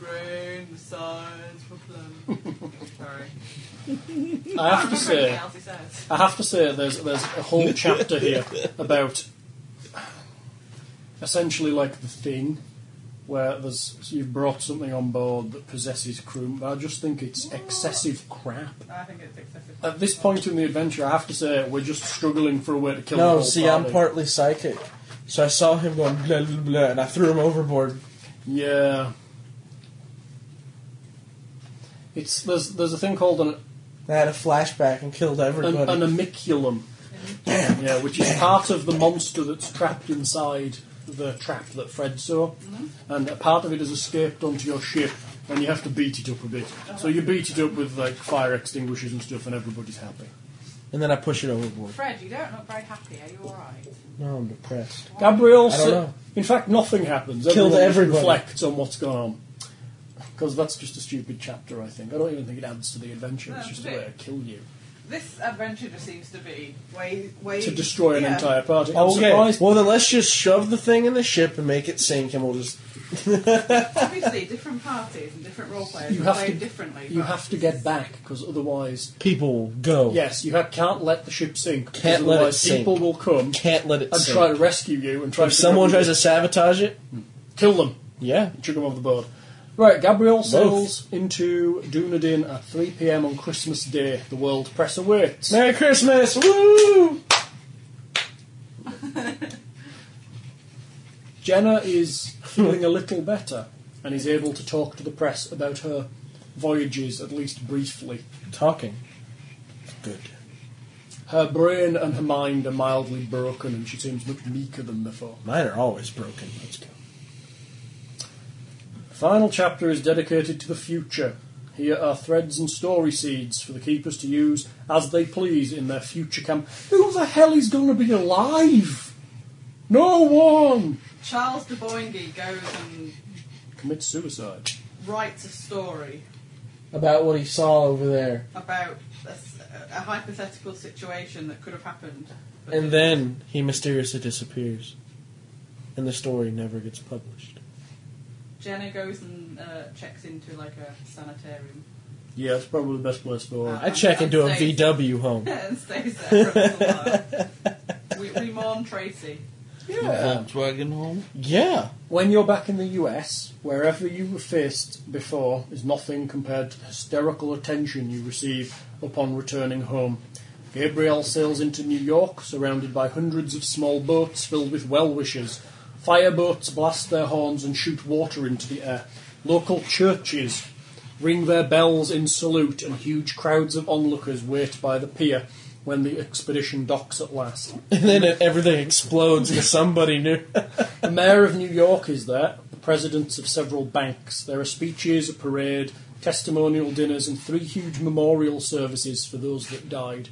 Brain science for plum. Sorry. I I have remember to everything say, else he says. I have to say, there's there's a whole chapter here about essentially like the thing, where there's you've brought something on board that possesses crew. But I just think it's excessive crap. I think it's excessive. At this point in the adventure, I have to say we're just struggling for a way to kill. the No, whole see, party. I'm partly psychic. So I saw him going blah, blah, blah, and I threw him overboard. Yeah. It's there's there's a thing called an I had a flashback and killed an, everybody. an amiculum. Yeah, which is part of the monster that's trapped inside the trap that Fred saw. Mm-hmm. And a part of it has escaped onto your ship, and you have to beat it up a bit. So you beat it up with like fire extinguishers and stuff, and everybody's happy. and then I push it overboard. Fred, you don't look very happy. Are you alright? No, I'm depressed. Gabrielle I don't said- know. In fact, nothing happens. Killed Everyone just everybody. reflects on what's gone on. Because that's just a stupid chapter, I think. I don't even think it adds to the adventure. It's No, just a it's a way to bit- kill you. This adventure just seems to be Way, way. to destroy an yeah. entire party. I'm Okay. surprised. Well, then let's just shove the thing in the ship and make it sink, and we'll just. obviously different parties and different role players You have play to- differently. You but have to get back because otherwise, People go. yes, you ha- can't let the ship sink. 'cause Can't let it otherwise sink. People will come Can't let it and sink. try to rescue you and try. if to someone tries remove to sabotage it, you. kill them, yeah. and chuck them over the board. Right, Gabriel sails into Dunedin at 3 p.m. on Christmas Day. The world press awaits. Merry Christmas! Woo! Jenna is feeling a little better and is able to talk to the press about her voyages, at least briefly. Talking. Good. Her brain and her mind are mildly broken, and she seems much meeker than before. Mine are always broken. Let's go. The final chapter is dedicated to the future. Here are threads and story seeds for the keepers to use as they please in their future camp. Who the hell is going to be alive? No one! Charles de Boingy goes and Commits suicide. writes a story About what he saw over there. about a, s- a hypothetical situation that could have happened. but And then he mysteriously disappears. And the story never gets published. Jenna goes and uh, checks into like a sanitarium Yeah, it's probably the best place for her. I check into a VW home. and stays there for a little while. We, we mourn Tracy. Volkswagen home. Yeah. When you're back in the US, wherever you were faced before is nothing compared to the hysterical attention you receive upon returning home. Gabriel sails into New York, surrounded by hundreds of small boats filled with well wishers. Fire boats blast their horns and shoot water into the air. Local churches ring their bells in salute, and huge crowds of onlookers wait by the pier when the expedition docks at last. And then it, everything explodes into somebody new. The mayor of New York is there, the presidents of several banks. There are speeches, a parade, testimonial dinners, and three huge memorial services for those that died.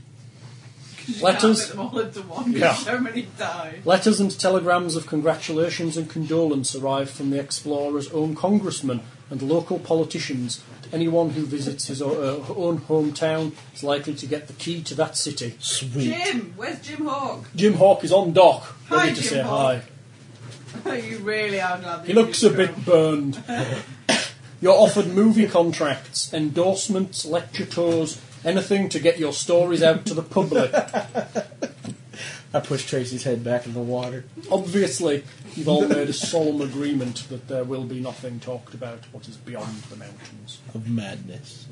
You can't Letters, put them all into one. 'cause Yeah. So many die. letters and telegrams of congratulations and condolence arrive from the explorer's own congressmen and local politicians. Anyone who visits his o- uh, own hometown is likely to get the key to that city. Sweet. Jim, where's Jim Hawk? Jim Hawk is on dock, Hi, ready to Jim say Hawk. hi. you really are glad. that He looks a didn't come. bit burned. You're offered movie contracts, endorsements, lecture tours, anything to get your stories out to the public. I push Tracy's head back in the water. Obviously, you've all made a solemn agreement that there will be nothing talked about what is beyond the mountains. Of madness.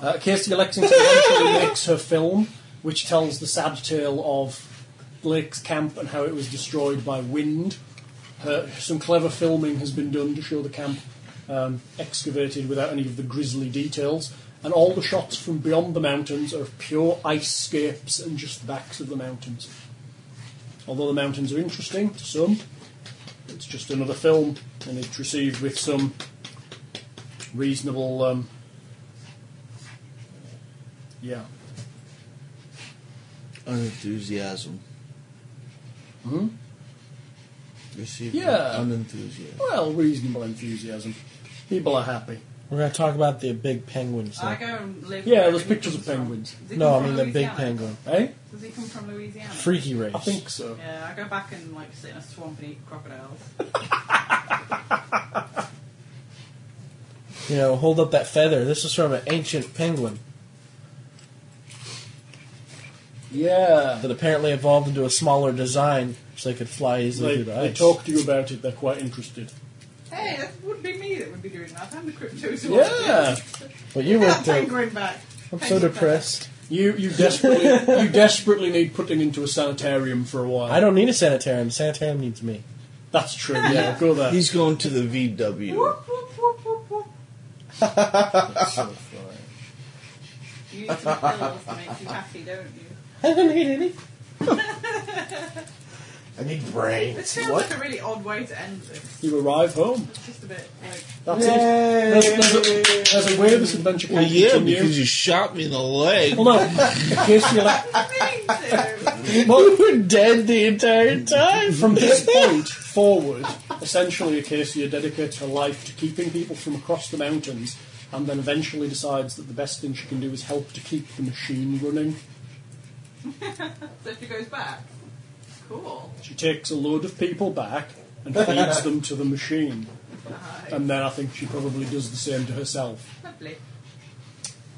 Uh, Kirsty Lexington eventually makes her film, which tells the sad tale of Blake's camp and how it was destroyed by wind. Her, some clever filming has been done to show the camp um, excavated without any of the grisly details, and all the shots from beyond the mountains are of pure ice scapes and just the backs of the mountains. Although the mountains are interesting to some, it's just another film, and it's received with some reasonable um, yeah. Unenthusiasm. Hmm? Received Yeah. unenthusiasm. Well, reasonable enthusiasm. People are happy. We're going to talk about the big penguin I stuff. go and live. Yeah, where there's he pictures of comes from. penguins. Does he No, I come mean from the big Louisiana? penguin. Eh? Does he come from Louisiana? Freaky race. I think so. Yeah, I go back and like sit in a swamp and eat crocodiles. You know, hold up that feather. This is from an ancient penguin Yeah. that apparently evolved into a smaller design so they could fly easily They, through eh? the they ice. talk to you about it, they're quite interested. Hey, that would be me that would be doing that. I'm the cryptozoologist. Yeah. But you That went to. penguin back. I'm so depressed. You you desperately you desperately need putting into a sanitarium for a while. I don't need a sanitarium. The sanitarium needs me. That's true, yeah. Go there. He's going to the VW. Whoop, whoop, whoop, whoop, whoop. You need some pills to make you happy, don't you? I don't need any. I need brain. This feels like a really odd way to end this. You arrive home. It's just a bit like. That's it. There's, there's, a, there's a way this adventure can Well, yeah, continue. because you shot me in the leg. well, no. In case you like, I We were dead the entire time. from this point forward, essentially Acacia dedicates her life to keeping people from across the mountains and then eventually decides that the best thing she can do is help to keep the machine running. So if she goes back, cool. She takes a load of people back and feeds them to the machine. And then I think she probably does the same to herself. Lovely.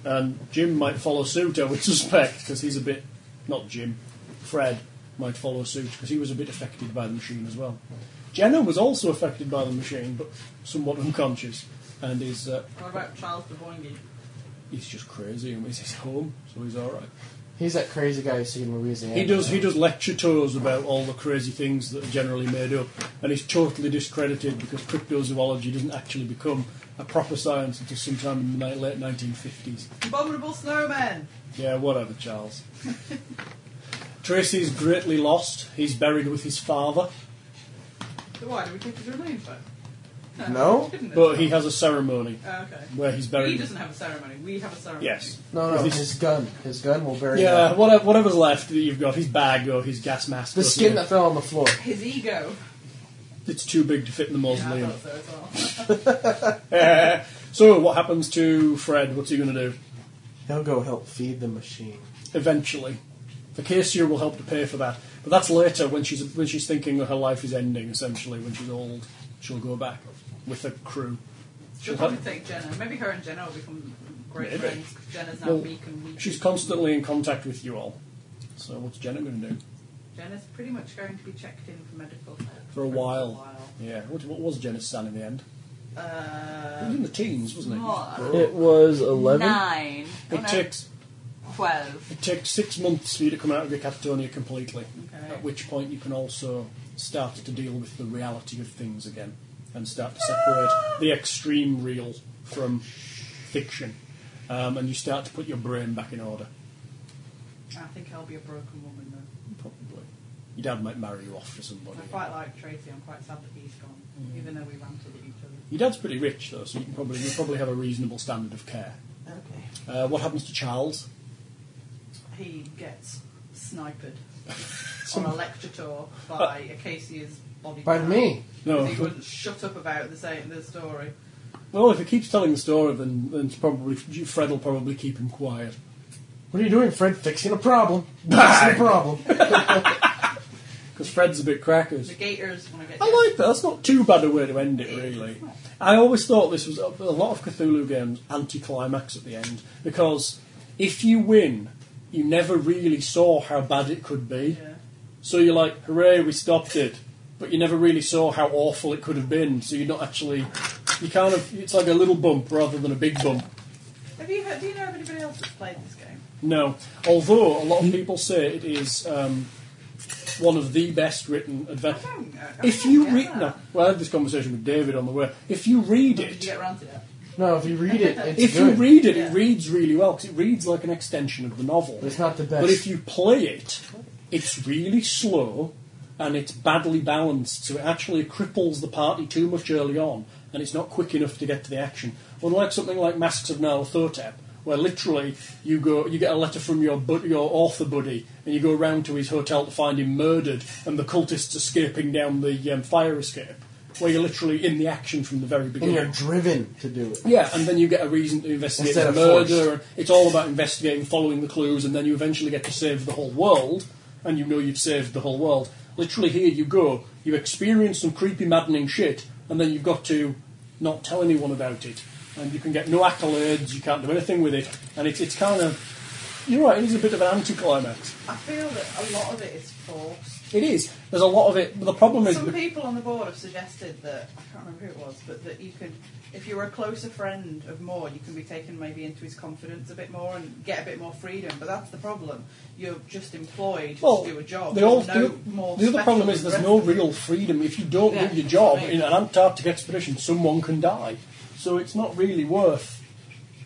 And Jim might follow suit, I would suspect, because he's a bit. Not Jim, Fred might follow suit, because he was a bit affected by the machine as well. Jenna was also affected by the machine, but somewhat unconscious, and is uh, What about Charles Devongi? he's just crazy. and He's at home, so he's all right. He's that crazy guy you see in Louisiana. He does he does lecture tours about all the crazy things that are generally made up, and he's totally discredited because cryptozoology doesn't actually become a proper science until sometime in the ni- late 1950s. Abominable snowman. Yeah, whatever, Charles. Tracy's greatly lost. He's buried with his father, So why do we take his remains back? No? Shouldn't it? but he has a ceremony Oh, okay. where he's He buried. doesn't have a ceremony. We have a ceremony. yes. No, no, With his- his gun. His gun will bury yeah, that. whatever, whatever's left that you've got, his bag or his gas mask. The or skin that something, fell on the floor. His ego. It's too big to fit in the Yeah, I mausoleum. thought so as well. so, what happens to Fred? What's he going to do? He'll go help feed the machine. eventually. The Acacia will help to pay for that, but that's later when she's when she's thinking that her life is ending. Essentially, when she's old, she'll go back with a crew. She'll She'll probably have- take Jenna. Maybe her and Jenna will become great Maybe. friends because Jenna's now Well, weak and weak. She's constantly in contact with you all. So what's Jenna going to do? Jenna's pretty much going to be checked in for medical help For a while. Yeah. What, what was Jenna's stand in the end? It was Uh, in the teens, wasn't it? more. It was 11? Nine. Oh, It no, takes Twelve. it takes six months for you to come out of your catatonia completely. Okay. At which point you can also start to deal with the reality of things again and start to separate the extreme real from fiction. Um, and you start to put your brain back in order, I think I'll be a broken woman though. probably. Your dad might marry you off to somebody. I quite like Tracy. I'm quite sad that he's gone, Mm-hmm. even though we ranted at each other. Your dad's pretty rich, though, so you can probably, you probably have a reasonable standard of care. Okay. Uh, what happens to Charles? He gets sniped on a lecture tour by Acacia's body. By me. No. He wouldn't shut up about the same the story. Well, if he keeps telling the story, then, then it's probably Fred will probably keep him quiet. What are you doing, Fred? Fixing a problem. Fixing a problem. Because Fred's a bit crackers. The Gators want to get. I like that. That's not too bad a way to end it, really. I always thought this was a a lot of Cthulhu games anticlimax at the end because if you win, you never really saw how bad it could be. Yeah. So you're like, hooray, we stopped it. But you never really saw how awful it could have been. So you're not actually. You kind of. It's like a little bump rather than a big bump. Have you heard, do you know of anybody else that's played this game? No. Although a lot of people say it is um, one of the best written I adventures. don't know. I If don't you get read, that. no, well, I had this conversation with David on the way. If you read Did you it, get ranted at? No, if you read it, it's if you good. read it, Yeah. it reads really well because it reads like an extension of the novel. it's not the best. But if you play it, it's really slow and it's badly balanced, so it actually cripples the party too much early on, and it's not quick enough to get to the action. Unlike something like Masks of Nyarlathotep, where literally you go, you get a letter from your bud your author buddy, and you go round to his hotel to find him murdered, and the cultists escaping down the um, fire escape, where you're literally in the action from the very and beginning. you're driven to do it. Yeah, and then you get a reason to investigate Instead the of murder. and It's all about investigating, following the clues, and then you eventually get to save the whole world, and you know you've saved the whole world. Literally, here you go. You experience some creepy, maddening shit, and then you've got to not tell anyone about it. And you can get no accolades, you can't do anything with it, and it's, it's kind of. You're right, it is a bit of an anticlimax. I feel that a lot of it is forced. It is. There's a lot of it, but the problem is. Some people on the board have suggested that I can't remember who it was, but that you could, if you were a closer friend of Moore, you can be taken maybe into his confidence a bit more and get a bit more freedom. But that's the problem. You're just employed Well, to do a job. The, You're old, no the, more the other special problem is than there's the no rest of real freedom. If you don't Yeah, do your job right. in an Antarctic expedition, someone can die. So it's not really worth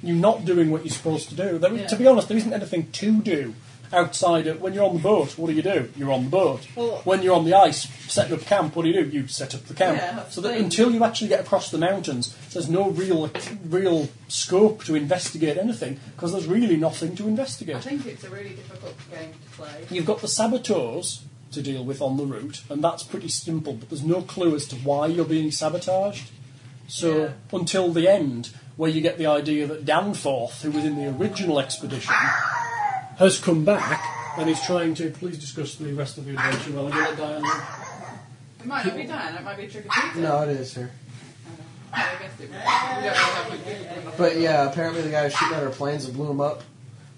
you not doing what you're supposed to do. There, To be honest, there isn't anything to do outside of when you're on the boat. What do you do? You're on the boat. Well- when you're on the ice, setting up camp. What do you do? You set up the camp. Yeah, that's so the that thing. until you actually get across the mountains, there's no real real scope to investigate anything because there's really nothing to investigate. I think it's a really difficult game to play. You've got the saboteurs to deal with on the route, and that's pretty simple, but there's no clue as to why you're being sabotaged. So Yeah. until the end, where you get the idea that Danforth, who was in the original expedition, has come back and is trying to please discuss the rest of the adventure while I get it down. It might not be Dan, it might be trick or treating. No, it is her. I guess it would. We don't really have a good But yeah, apparently the guy was shooting at our planes and blew them up.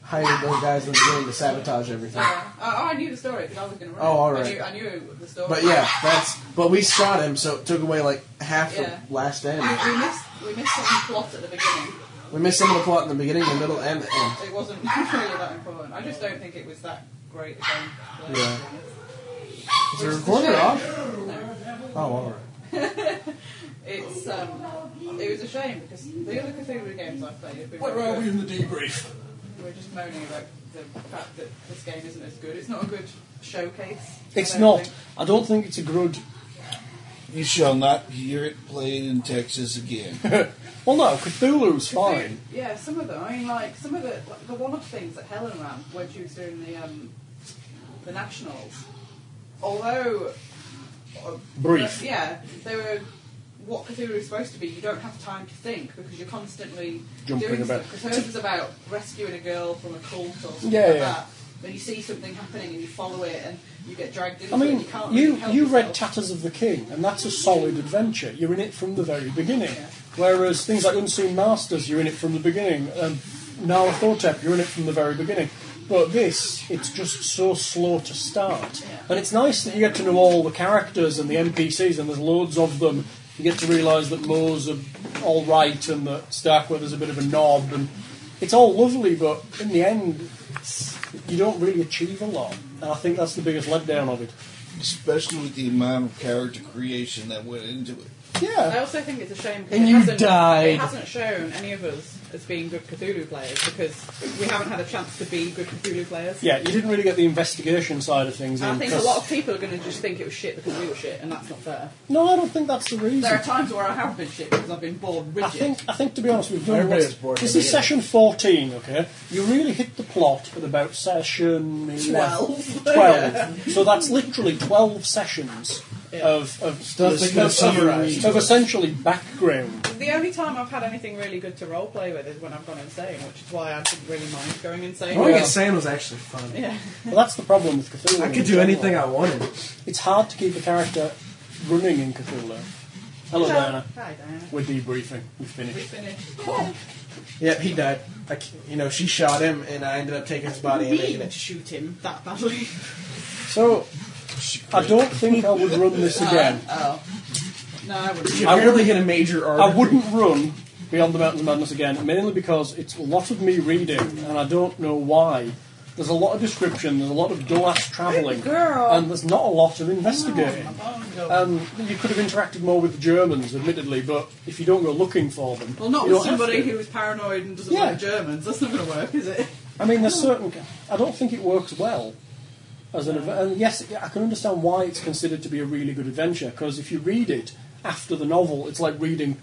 Hired those guys in the beginning to sabotage everything. Uh, oh, I knew the story because I was going to run. Oh, all I right. knew, I knew the story. But yeah, that's. But we shot him, so it took away like half Yeah. the last we, end. we missed we missed some plot at the beginning. We missed some of the plot in the beginning, the middle, and the end. It wasn't really that important. I just don't think it was that great. a game to play, Yeah. to be honest. Is the recorder off? Oh, all right. It's um, it was a shame because the other Cthulhu games I've played have been Where very are we good. in the debrief? We're just moaning about the fact that this game isn't as good. It's not a good showcase. It's I don't not. think. I don't think it's a good. You shall not hear it played in Texas again. Well, no, Cthulhu's fine. Yeah, some of them. I mean, like some of the like, the one-off things that Helen ran when she was doing the um, the nationals. Although, uh, Brief. yeah, they were what Cthulhu is supposed to be. You don't have time to think because you're constantly Jumping doing about. stuff. Because hers was about rescuing a girl from a cult or something Yeah, like yeah. that. Then you see something happening and you follow it and you get dragged into I it. and mean, you can't. really you help you read yourself. Tatters of the King, and that's a solid adventure. You're in it from the very beginning. Whereas things like Unseen Masters, you're in it from the beginning. Um, Nala Thortep, you're in it from the very beginning. But this, it's just so slow to start. And it's nice that you get to know all the characters and the NPCs, and there's loads of them. You get to realise that Moe's a- all right, and that Starkweather's a bit of a knob, and it's all lovely. But in the end, it's, you don't really achieve a lot. And I think that's the biggest letdown of it. Especially with the amount of character creation that went into it. Yeah. I also think it's a shame because And it, you hasn't, died. it hasn't shown any of us as being good Cthulhu players because we haven't had a chance to be good Cthulhu players. Yeah, you didn't really get the investigation side of things in. I think a 'cause- lot of people are going to just think it was shit because we were shit, and that's not fair. no, I don't think that's the reason. There are times where I have been shit because I've been bored rigid. I think, I think to be honest, we've done Everybody's this. bored This of is it. session 14, okay? You really hit the plot at about session 11, 12. so that's literally 12 sessions of, of, Stuff that of- can be of, summarised. of essentially background. the only time I've had anything really good to roleplay with is when I've gone insane, which is why I didn't really mind going insane. Oh, Going yeah. insane was actually fun. Yeah. Well, that's the problem with Cthulhu. I in could do general. anything I wanted. It's hard to keep a character running in Cthulhu. Hello, Diana. Hi, Diana. We're debriefing. We've We finished. finished. Yep, he died. I, c- you know, she shot him, and I ended up taking his body and We making didn't it. shoot him that badly. So, I don't think I would run this again. Oh. No, I wouldn't. I really hit a major artery. I wouldn't run Beyond the Mountains of Madness again, mainly because it's a lot of me reading, and I don't know why. There's a lot of description, there's a lot of dull ass travelling, and there's not a lot of investigating. Oh, And you could have interacted more with the Germans, admittedly, but if you don't go looking for them. Well, not you with don't have somebody to. who is paranoid and doesn't Yeah. like Germans. That's not going to work, is it? I mean, there's certain. I don't think it works well. As an, adve- and yes, I can understand why it's considered to be a really good adventure because if you read it after the novel, it's like reading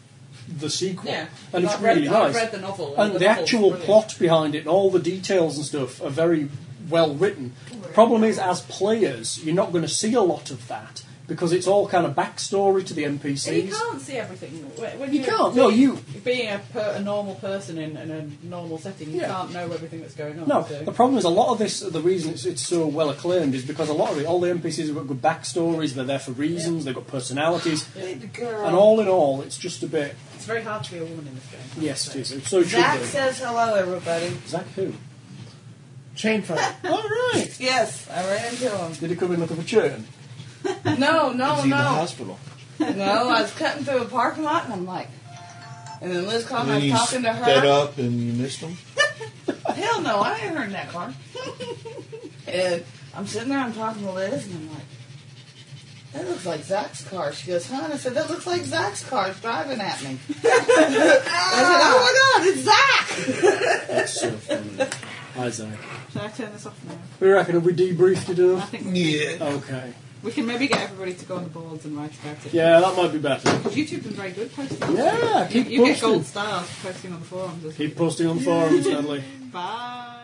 the sequel, Yeah. and it's I've read- really I've nice. read the novel, and and, the the novel's actual brilliant. plot behind it, and all the details and stuff, are very well written. Problem is, as players, you're not going to see a lot of that because it's all kind of backstory to the NPCs. You can't see everything. When when You you're can't. No, you Being a, per, a normal person in, in a normal setting, you Yeah. can't know everything that's going on. No, so- the problem is a lot of this. The reason it's, it's so well acclaimed is because a lot of it, all the NPCs have got good backstories. They're there for reasons. They've got personalities, and all in all, it's just a bit. It's very hard to be a woman in this game. Yes, it is. So it should Zach be. says hello, everybody. Zach who? Chain fight. All right. Yes, I ran into him. Did he come in looking for churn? No, no, It's in the no. hospital. No, I was cutting through a parking lot and I'm like, and then Liz called And and I then was you talking to sped her. up and you missed them. Hell no, I ain't heard in that car. and I'm sitting there, I'm talking to Liz, and I'm like, that looks like Zach's car. She goes, huh? And I said, that looks like Zach's car is driving at me. I said, oh my god, it's Zach! That's so funny. Hi, Zach. Should I turn this off now? We reckon have we debriefed it I up? think Yeah. Okay. we can maybe get everybody to go on the boards and write about it. Yeah, that might be better. Because YouTube's been very good posting. on Yeah, it. keep You, you get posting. gold stars for posting on the forums. as Keep posting on forums, Natalie. well. Bye.